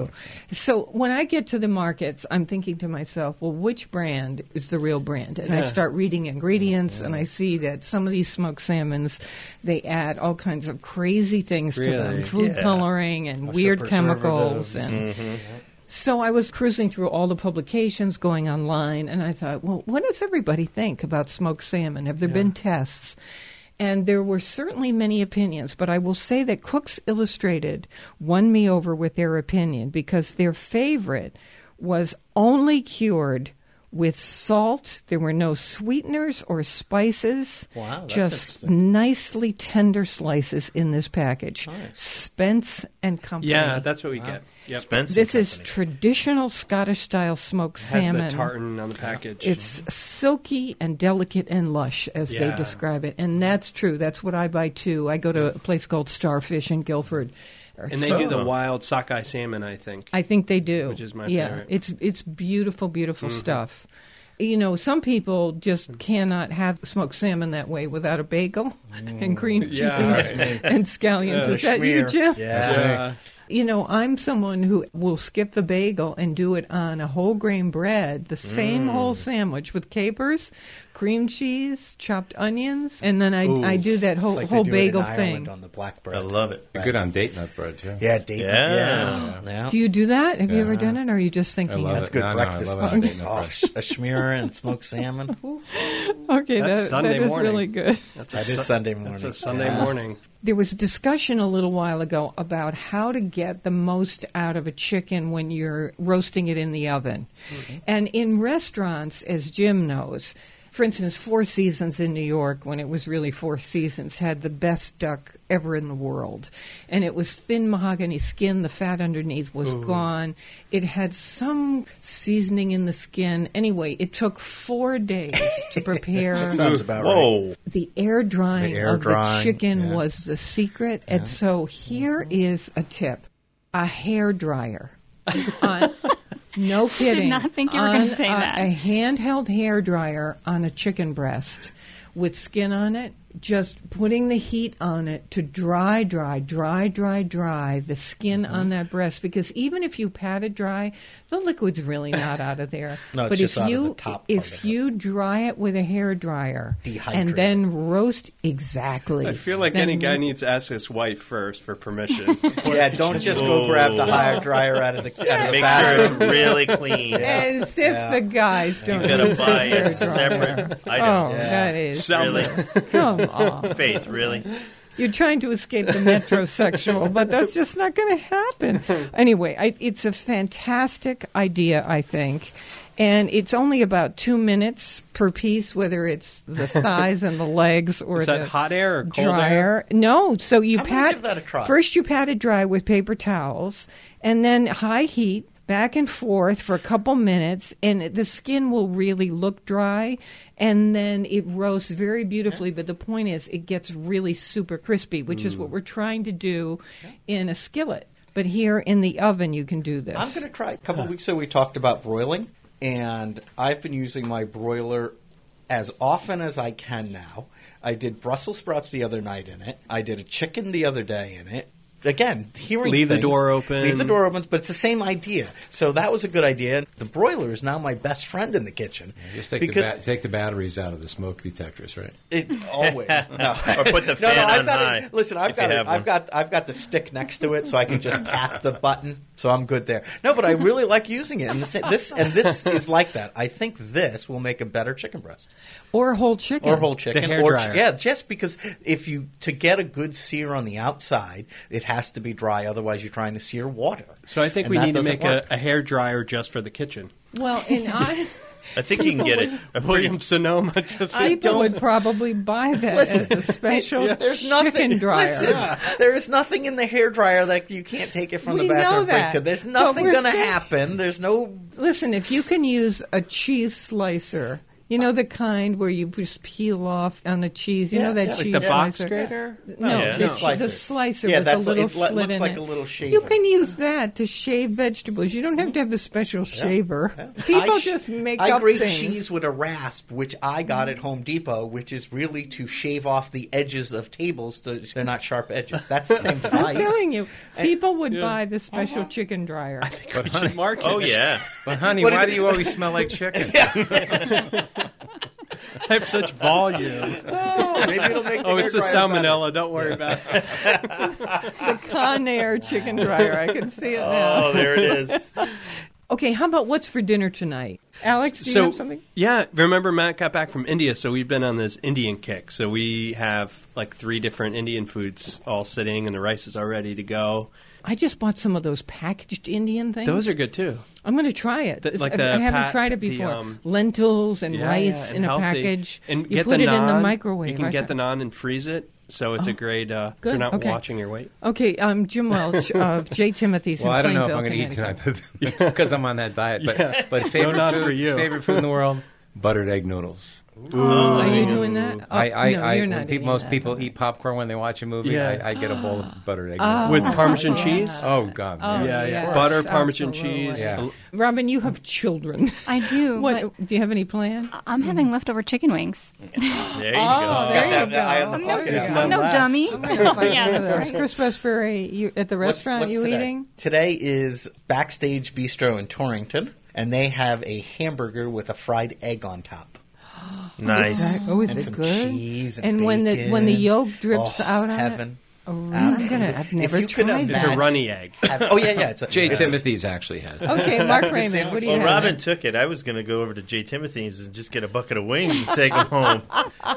Speaker 3: smoked
Speaker 1: So when I get to the markets, I'm thinking to myself, well, which brand is the real brand? And I start reading ingredients, and I see that some of these smoked salmons, they add all kinds of crazy things to them,
Speaker 7: Really? Mm.
Speaker 1: food
Speaker 6: Yeah.
Speaker 1: coloring and weird chemicals,
Speaker 5: preservatives.
Speaker 1: and so I was cruising through all the publications going online, and I thought, well, what does everybody think about smoked salmon? Have there been tests? And there were certainly many opinions, but I will say that Cooks Illustrated won me over with their opinion because their favorite was only cured with salt. There were no sweeteners or spices.
Speaker 5: Wow, that's
Speaker 1: just nicely tender slices in this package. Spence and Company.
Speaker 7: Yeah, that's what we get. Yep.
Speaker 6: Spence.
Speaker 1: This is traditional Scottish style smoked
Speaker 7: has
Speaker 1: salmon.
Speaker 7: the tartan on the package.
Speaker 1: It's silky and delicate and lush, as they
Speaker 7: Yeah.
Speaker 1: describe it. And that's true. That's what I buy too. I go to a place called Starfish in Guilford.
Speaker 7: and they do the wild sockeye salmon, I think.
Speaker 1: I think they do.
Speaker 7: Which is my
Speaker 1: yeah,
Speaker 7: favorite. Mm-hmm.
Speaker 1: It's it's beautiful, beautiful stuff. You know, some people
Speaker 7: Mm.
Speaker 1: just cannot have smoked salmon that way without a bagel and green cheese
Speaker 7: Yeah, Uh, that's
Speaker 1: and scallions. Is that you,
Speaker 5: Schmear.
Speaker 1: Jim?
Speaker 5: Yeah.
Speaker 7: Uh,
Speaker 1: You know, I'm someone who will skip the bagel and do it on a whole grain bread, the same
Speaker 5: Mm.
Speaker 1: whole sandwich with capers, cream cheese, chopped onions, and then I, I do that whole,
Speaker 5: It's like they
Speaker 1: whole
Speaker 5: do it
Speaker 1: bagel
Speaker 5: in Ireland
Speaker 1: thing.
Speaker 5: on the black bread.
Speaker 6: I love it.
Speaker 3: You're good on date nut bread too.
Speaker 5: Yeah, date.
Speaker 6: Yeah.
Speaker 5: yeah. yeah.
Speaker 1: Do you do that? Have you ever done it, or are you just thinking?
Speaker 3: love
Speaker 1: of-
Speaker 5: That's good
Speaker 3: No, no, I
Speaker 5: breakfast.
Speaker 3: love it on date night
Speaker 5: oh,
Speaker 3: bread.
Speaker 5: sh- a schmear and smoked salmon. Ooh,
Speaker 1: Okay,
Speaker 7: That's
Speaker 1: that,
Speaker 7: Sunday
Speaker 1: that is
Speaker 7: morning.
Speaker 1: really good.
Speaker 7: that's
Speaker 5: That is
Speaker 7: Sun-
Speaker 5: Sunday morning.
Speaker 7: That's a Sunday
Speaker 5: Yeah.
Speaker 7: morning.
Speaker 1: There was discussion a little while ago about how to get the most out of a chicken when you're roasting it in the oven. And in restaurants, as Jim knows, for instance, Four Seasons in New York, when it was really Four Seasons, had the best duck ever in the world. And it was thin mahogany skin, the fat underneath was gone. It had some seasoning in the skin. Anyway, it took four days to prepare
Speaker 5: Sounds about right.
Speaker 6: Whoa.
Speaker 1: the air drying
Speaker 5: The air
Speaker 1: of
Speaker 5: drying,
Speaker 1: the chicken
Speaker 5: yeah.
Speaker 1: was the secret. And
Speaker 4: Mm-hmm.
Speaker 1: so here is a tip a hair dryer. on No kidding.
Speaker 4: not think you were gonna
Speaker 1: On
Speaker 4: say
Speaker 1: a-
Speaker 4: that.
Speaker 1: A handheld hair dryer on a chicken breast with skin on it, just putting the heat on it to dry, dry, dry, dry, dry the skin
Speaker 5: Mm-hmm.
Speaker 1: on that breast. Because even if you pat it dry, the liquid's really not out of there.
Speaker 5: No, it's
Speaker 1: but
Speaker 5: just
Speaker 1: if
Speaker 5: out of
Speaker 1: you
Speaker 5: the top part
Speaker 1: if
Speaker 5: of it.
Speaker 1: you dry it with a hair dryer and
Speaker 5: Dehydrate.
Speaker 1: then roast exactly.
Speaker 7: I feel like
Speaker 1: then
Speaker 7: any guy needs to ask his wife first for permission.
Speaker 5: Yeah, don't just go grab the higher dryer out of the, out of the
Speaker 6: Make sure
Speaker 5: bathroom.
Speaker 6: it's really clean.
Speaker 1: As if eh, the guys don't.
Speaker 6: gotta
Speaker 1: use a
Speaker 6: buy a
Speaker 1: hair dryer.
Speaker 6: separate- I
Speaker 1: Oh,
Speaker 6: know.
Speaker 1: that is
Speaker 6: Really?
Speaker 1: Come on.
Speaker 6: Faith, really?
Speaker 1: You're trying to escape the metrosexual, but that's just not going to happen. Anyway, I, it's a fantastic idea, I think. And it's only about two minutes per piece, whether it's the thighs and the legs or
Speaker 7: Is
Speaker 1: the
Speaker 7: that hot air or cold air?
Speaker 1: dryer. No, so you
Speaker 5: I'm gonna
Speaker 1: pat
Speaker 5: give that a try.
Speaker 1: first. You pat it dry with paper towels, and then high heat back and forth for a couple minutes, and it- the skin will really look dry. And then it roasts very beautifully. But the point is, it gets really super crispy, which is
Speaker 5: Mm.
Speaker 1: what we're trying to do in a skillet. But here in the oven, you can do this.
Speaker 5: I'm going to try. A couple of weeks ago, we talked about broiling, and I've been using my broiler as often as I can now. I did Brussels sprouts the other night in it. I did a chicken the other day in it. Again, hearing
Speaker 7: Leave the
Speaker 5: things-
Speaker 7: door open.
Speaker 5: Leave the door open, but it's the same idea. So that was a good idea. The broiler is now my best friend in the kitchen.
Speaker 3: Just take,
Speaker 5: because
Speaker 3: the ba- take the batteries out of the smoke detectors, right?
Speaker 5: it always no.
Speaker 6: Or put the
Speaker 5: No,
Speaker 6: fan
Speaker 5: no, I've
Speaker 6: on
Speaker 5: got
Speaker 6: high.
Speaker 5: it. Listen, I've
Speaker 6: if you
Speaker 5: got it.
Speaker 6: have
Speaker 5: I've
Speaker 6: one.
Speaker 5: got I've got the stick next to it, so I can just tap the button. So I'm good there. No, but I really like using it, and this, this and this is like that. I think this will make a better chicken breast
Speaker 1: or whole chicken.
Speaker 5: or whole chicken,
Speaker 11: hair
Speaker 5: or
Speaker 11: dryer.
Speaker 5: yeah, just because if you to get a good sear on the outside, it has to be dry. Otherwise, you're trying to sear water.
Speaker 7: So I think
Speaker 5: And
Speaker 7: we
Speaker 5: that
Speaker 7: need to
Speaker 5: doesn't
Speaker 7: make
Speaker 5: work.
Speaker 7: a, a hair dryer just for the kitchen.
Speaker 1: Well, and I,
Speaker 6: I think you can get it. A pretty-
Speaker 7: William Sonoma just
Speaker 1: people would probably buy that
Speaker 5: Listen,
Speaker 1: as a special
Speaker 5: it- there's nothing.
Speaker 1: chicken dryer.
Speaker 5: Listen, there is nothing in the hair dryer that you can't take it from
Speaker 1: We
Speaker 5: the bathroom
Speaker 1: know
Speaker 5: break
Speaker 1: that,
Speaker 5: to. There's
Speaker 1: but
Speaker 5: nothing
Speaker 1: we're
Speaker 5: going to
Speaker 1: saying-
Speaker 5: happen. There's no
Speaker 1: Listen, if you can use a cheese slicer, you know the kind where you just peel off on the cheese. You
Speaker 5: Yeah,
Speaker 1: know that
Speaker 5: yeah, like
Speaker 1: cheese
Speaker 7: the box
Speaker 1: slicer.
Speaker 7: grater?
Speaker 1: No,
Speaker 6: Yeah.
Speaker 1: the,
Speaker 6: No.
Speaker 1: slicer. the
Speaker 5: Oh, Slicer.
Speaker 1: slicer
Speaker 5: Yeah,
Speaker 1: with
Speaker 5: that's
Speaker 1: a
Speaker 5: like-
Speaker 1: little
Speaker 5: it lo-
Speaker 1: slit
Speaker 5: looks
Speaker 1: in
Speaker 5: like
Speaker 1: it.
Speaker 5: a little
Speaker 1: You
Speaker 5: shaver.
Speaker 1: can e- use that to shave vegetables. You don't have to have a special shaver. People
Speaker 5: I sh-
Speaker 1: just make
Speaker 5: I
Speaker 1: up
Speaker 5: grate
Speaker 1: things.
Speaker 5: cheese with a rasp, which I got at Home Depot, which is really to shave off the edges of tables so they're not sharp edges. That's the same
Speaker 1: I'm
Speaker 5: device.
Speaker 1: telling you, people would buy the
Speaker 5: Uh-huh.
Speaker 1: special chicken dryer.
Speaker 3: But honey,
Speaker 6: Oh yeah.
Speaker 3: but honey
Speaker 5: What is
Speaker 3: why
Speaker 5: it?
Speaker 3: do you always smell like chicken?
Speaker 7: I have such volume.
Speaker 5: Oh, maybe it'll make the
Speaker 7: Oh, it's the
Speaker 5: hair dryer better.
Speaker 7: salmonella. Don't worry about it.
Speaker 1: The Conair chicken dryer. I can see it now.
Speaker 6: Oh, there it is.
Speaker 1: Okay, how about what's for dinner tonight, Alex? Do you have something?
Speaker 7: yeah, remember Matt got back from India, so we've been on this Indian kick. So we have like three different Indian foods all sitting, and the rice is all ready to go.
Speaker 1: I just bought some of those packaged Indian things.
Speaker 7: Those are good too.
Speaker 1: I'm going to try it.
Speaker 7: The-
Speaker 1: This-
Speaker 7: like
Speaker 1: I-
Speaker 7: the
Speaker 1: I haven't
Speaker 7: pa-
Speaker 1: tried it
Speaker 7: the,
Speaker 1: before.
Speaker 7: um,
Speaker 1: Lentils and
Speaker 7: Yeah,
Speaker 1: rice
Speaker 7: yeah,
Speaker 1: in a
Speaker 7: healthy.
Speaker 1: package.
Speaker 7: and
Speaker 1: you
Speaker 7: get
Speaker 1: put
Speaker 7: the
Speaker 1: it in the
Speaker 7: naan.
Speaker 1: microwave.
Speaker 7: You can
Speaker 1: I
Speaker 7: get the
Speaker 1: thought.
Speaker 7: naan and freeze it. So it's a great. Uh, if
Speaker 1: Good,
Speaker 7: you're not
Speaker 1: okay.
Speaker 7: watching your weight.
Speaker 1: Okay, um, Jim Welch of J. Timothy's.
Speaker 3: Well,
Speaker 1: in
Speaker 3: I don't know if I'm
Speaker 1: Plainville,
Speaker 3: going to eat
Speaker 1: Connecticut.
Speaker 3: tonight because I'm on that diet. But, but favorite
Speaker 7: not
Speaker 3: food,
Speaker 7: for you.
Speaker 3: favorite food in the world, buttered egg noodles.
Speaker 1: Are you doing that? Oh,
Speaker 3: I, I,
Speaker 1: no,
Speaker 3: I
Speaker 1: you're
Speaker 3: when
Speaker 1: not
Speaker 3: peop-
Speaker 1: eating
Speaker 3: most
Speaker 1: that.
Speaker 3: people eat popcorn when they watch a movie.
Speaker 7: Yeah.
Speaker 3: I, I get a bowl of buttered egg
Speaker 6: Oh,
Speaker 3: noodles.
Speaker 7: With Parmesan cheese?
Speaker 3: oh God,
Speaker 1: Oh,
Speaker 3: man.
Speaker 7: yeah, yeah.
Speaker 1: yes,
Speaker 7: Butter, Parmesan
Speaker 1: absolutely.
Speaker 7: cheese.
Speaker 3: Yeah.
Speaker 7: a-
Speaker 1: Robin, you have children.
Speaker 4: I do. but
Speaker 1: what? Do you have any plan?
Speaker 4: I'm having leftover chicken wings.
Speaker 6: There you go.
Speaker 5: Got
Speaker 1: Oh, there
Speaker 5: that
Speaker 1: you
Speaker 5: eye
Speaker 1: go.
Speaker 5: on the
Speaker 1: I'm
Speaker 5: bucket
Speaker 1: no-
Speaker 5: out.
Speaker 4: I'm no dummy. yeah,
Speaker 1: One of
Speaker 4: that's
Speaker 1: those.
Speaker 4: right.
Speaker 1: Chris Westbury, uh, you at the
Speaker 5: What's-
Speaker 1: restaurant
Speaker 5: what's
Speaker 1: you
Speaker 5: today?
Speaker 1: eating?
Speaker 5: Today is Backstage Bistro in Torrington, and they have a hamburger with a fried egg on top.
Speaker 6: Nice.
Speaker 1: Exactly. Oh, is
Speaker 5: and
Speaker 1: it
Speaker 5: some
Speaker 1: good?
Speaker 5: cheese and,
Speaker 1: when the when the
Speaker 5: bacon.
Speaker 1: yolk drips
Speaker 5: Oh,
Speaker 1: out on
Speaker 5: heaven.
Speaker 1: it. Oh, I'm gonna. I've
Speaker 5: Absolutely. If
Speaker 1: never
Speaker 5: you could
Speaker 1: tried that.
Speaker 7: It's a runny egg.
Speaker 5: Have- oh yeah, yeah. It's a,
Speaker 3: Jay
Speaker 5: it's a-
Speaker 3: Timothy's actually has. it.
Speaker 1: Okay, Mark Raymond,
Speaker 5: sandwich.
Speaker 1: what do you
Speaker 6: Well,
Speaker 1: have?
Speaker 6: Robin took it. I was going to go over to Jay Timothy's and just get a bucket of wings and take them home.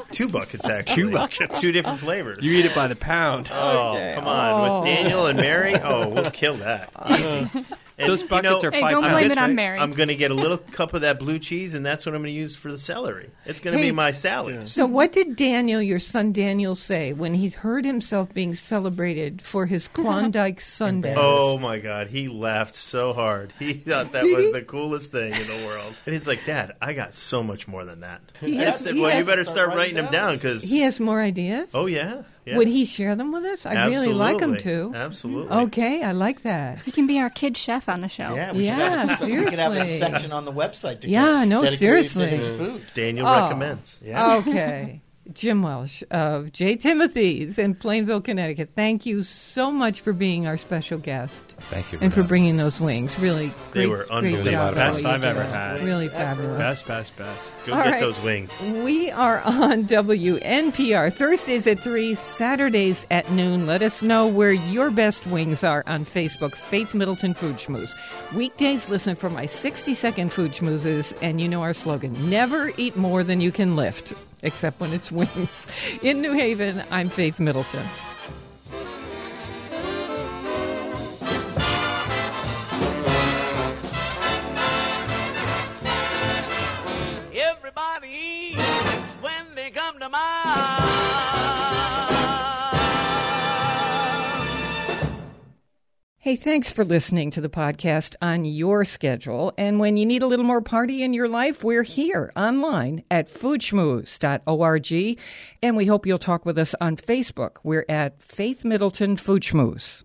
Speaker 6: Two buckets, actually. Two buckets. Two different flavors.
Speaker 7: You eat it by the pound.
Speaker 6: oh, come on.
Speaker 1: Oh.
Speaker 6: With Daniel and Mary, oh, we'll kill that. Easy. And,
Speaker 7: Those
Speaker 6: you
Speaker 7: buckets
Speaker 6: know,
Speaker 7: are
Speaker 4: Hey,
Speaker 7: five
Speaker 4: don't
Speaker 7: pounds.
Speaker 4: blame it on
Speaker 7: right?
Speaker 4: Mary.
Speaker 6: I'm going to get a little cup of that blue cheese, and that's what I'm going to use for the celery. It's going to
Speaker 1: Hey.
Speaker 6: be my salad.
Speaker 1: So, what did Daniel, your son Daniel, say when he heard himself being celebrated for his Klondike Sunday?
Speaker 6: Oh my God, he laughed so hard. He thought that was the coolest thing in the world. And he's like, Dad, I got so much more than that.
Speaker 1: He
Speaker 6: I
Speaker 1: has-
Speaker 6: said,
Speaker 1: he
Speaker 6: Well, you
Speaker 1: has-
Speaker 6: better start writing them down because.
Speaker 1: He has more ideas.
Speaker 6: Oh yeah, yeah.
Speaker 1: Would he share them with us? I'd really like him to.
Speaker 6: Absolutely. Absolutely.
Speaker 1: Okay, I like that.
Speaker 4: He can be our kid chef on the show.
Speaker 5: Yeah, we,
Speaker 1: Yeah,
Speaker 5: should have, we could have a
Speaker 1: seriously.
Speaker 5: section on the website to
Speaker 1: Yeah,
Speaker 5: go
Speaker 1: no,
Speaker 5: dedicated
Speaker 1: seriously.
Speaker 5: to his food.
Speaker 6: Daniel
Speaker 1: Oh.
Speaker 6: recommends.
Speaker 1: Okay. Jim Welsh of J. Timothy's in Plainville, Connecticut. Thank you so much for being our special guest
Speaker 3: Thank you.
Speaker 1: and for
Speaker 3: Renata.
Speaker 1: bringing those wings. Really,
Speaker 6: They
Speaker 1: great-
Speaker 6: were
Speaker 1: great
Speaker 6: unbelievable.
Speaker 1: job.
Speaker 7: Best
Speaker 1: What you
Speaker 7: I've ever
Speaker 1: did.
Speaker 7: had.
Speaker 1: Really
Speaker 5: Ever.
Speaker 1: fabulous.
Speaker 7: Best, best, best.
Speaker 6: Go
Speaker 1: All
Speaker 6: get
Speaker 1: right.
Speaker 6: those wings.
Speaker 1: We are on WNPR Thursdays at 3, Saturdays at noon. Let us know where your best wings are on Facebook, Faith Middleton Food Schmooze. Weekdays, listen for my 60 second food schmoozes, and you know our slogan never eat more than you can lift, except when it's wings. In New Haven, I'm Faith Middleton.
Speaker 2: Everybody eats when they come to mind.
Speaker 1: Hey, thanks for listening to the podcast on your schedule. And when you need a little more party in your life, we're here online at foodschmooze.org. And we hope you'll talk with us on Facebook. We're at Faith Middleton Food Schmooze.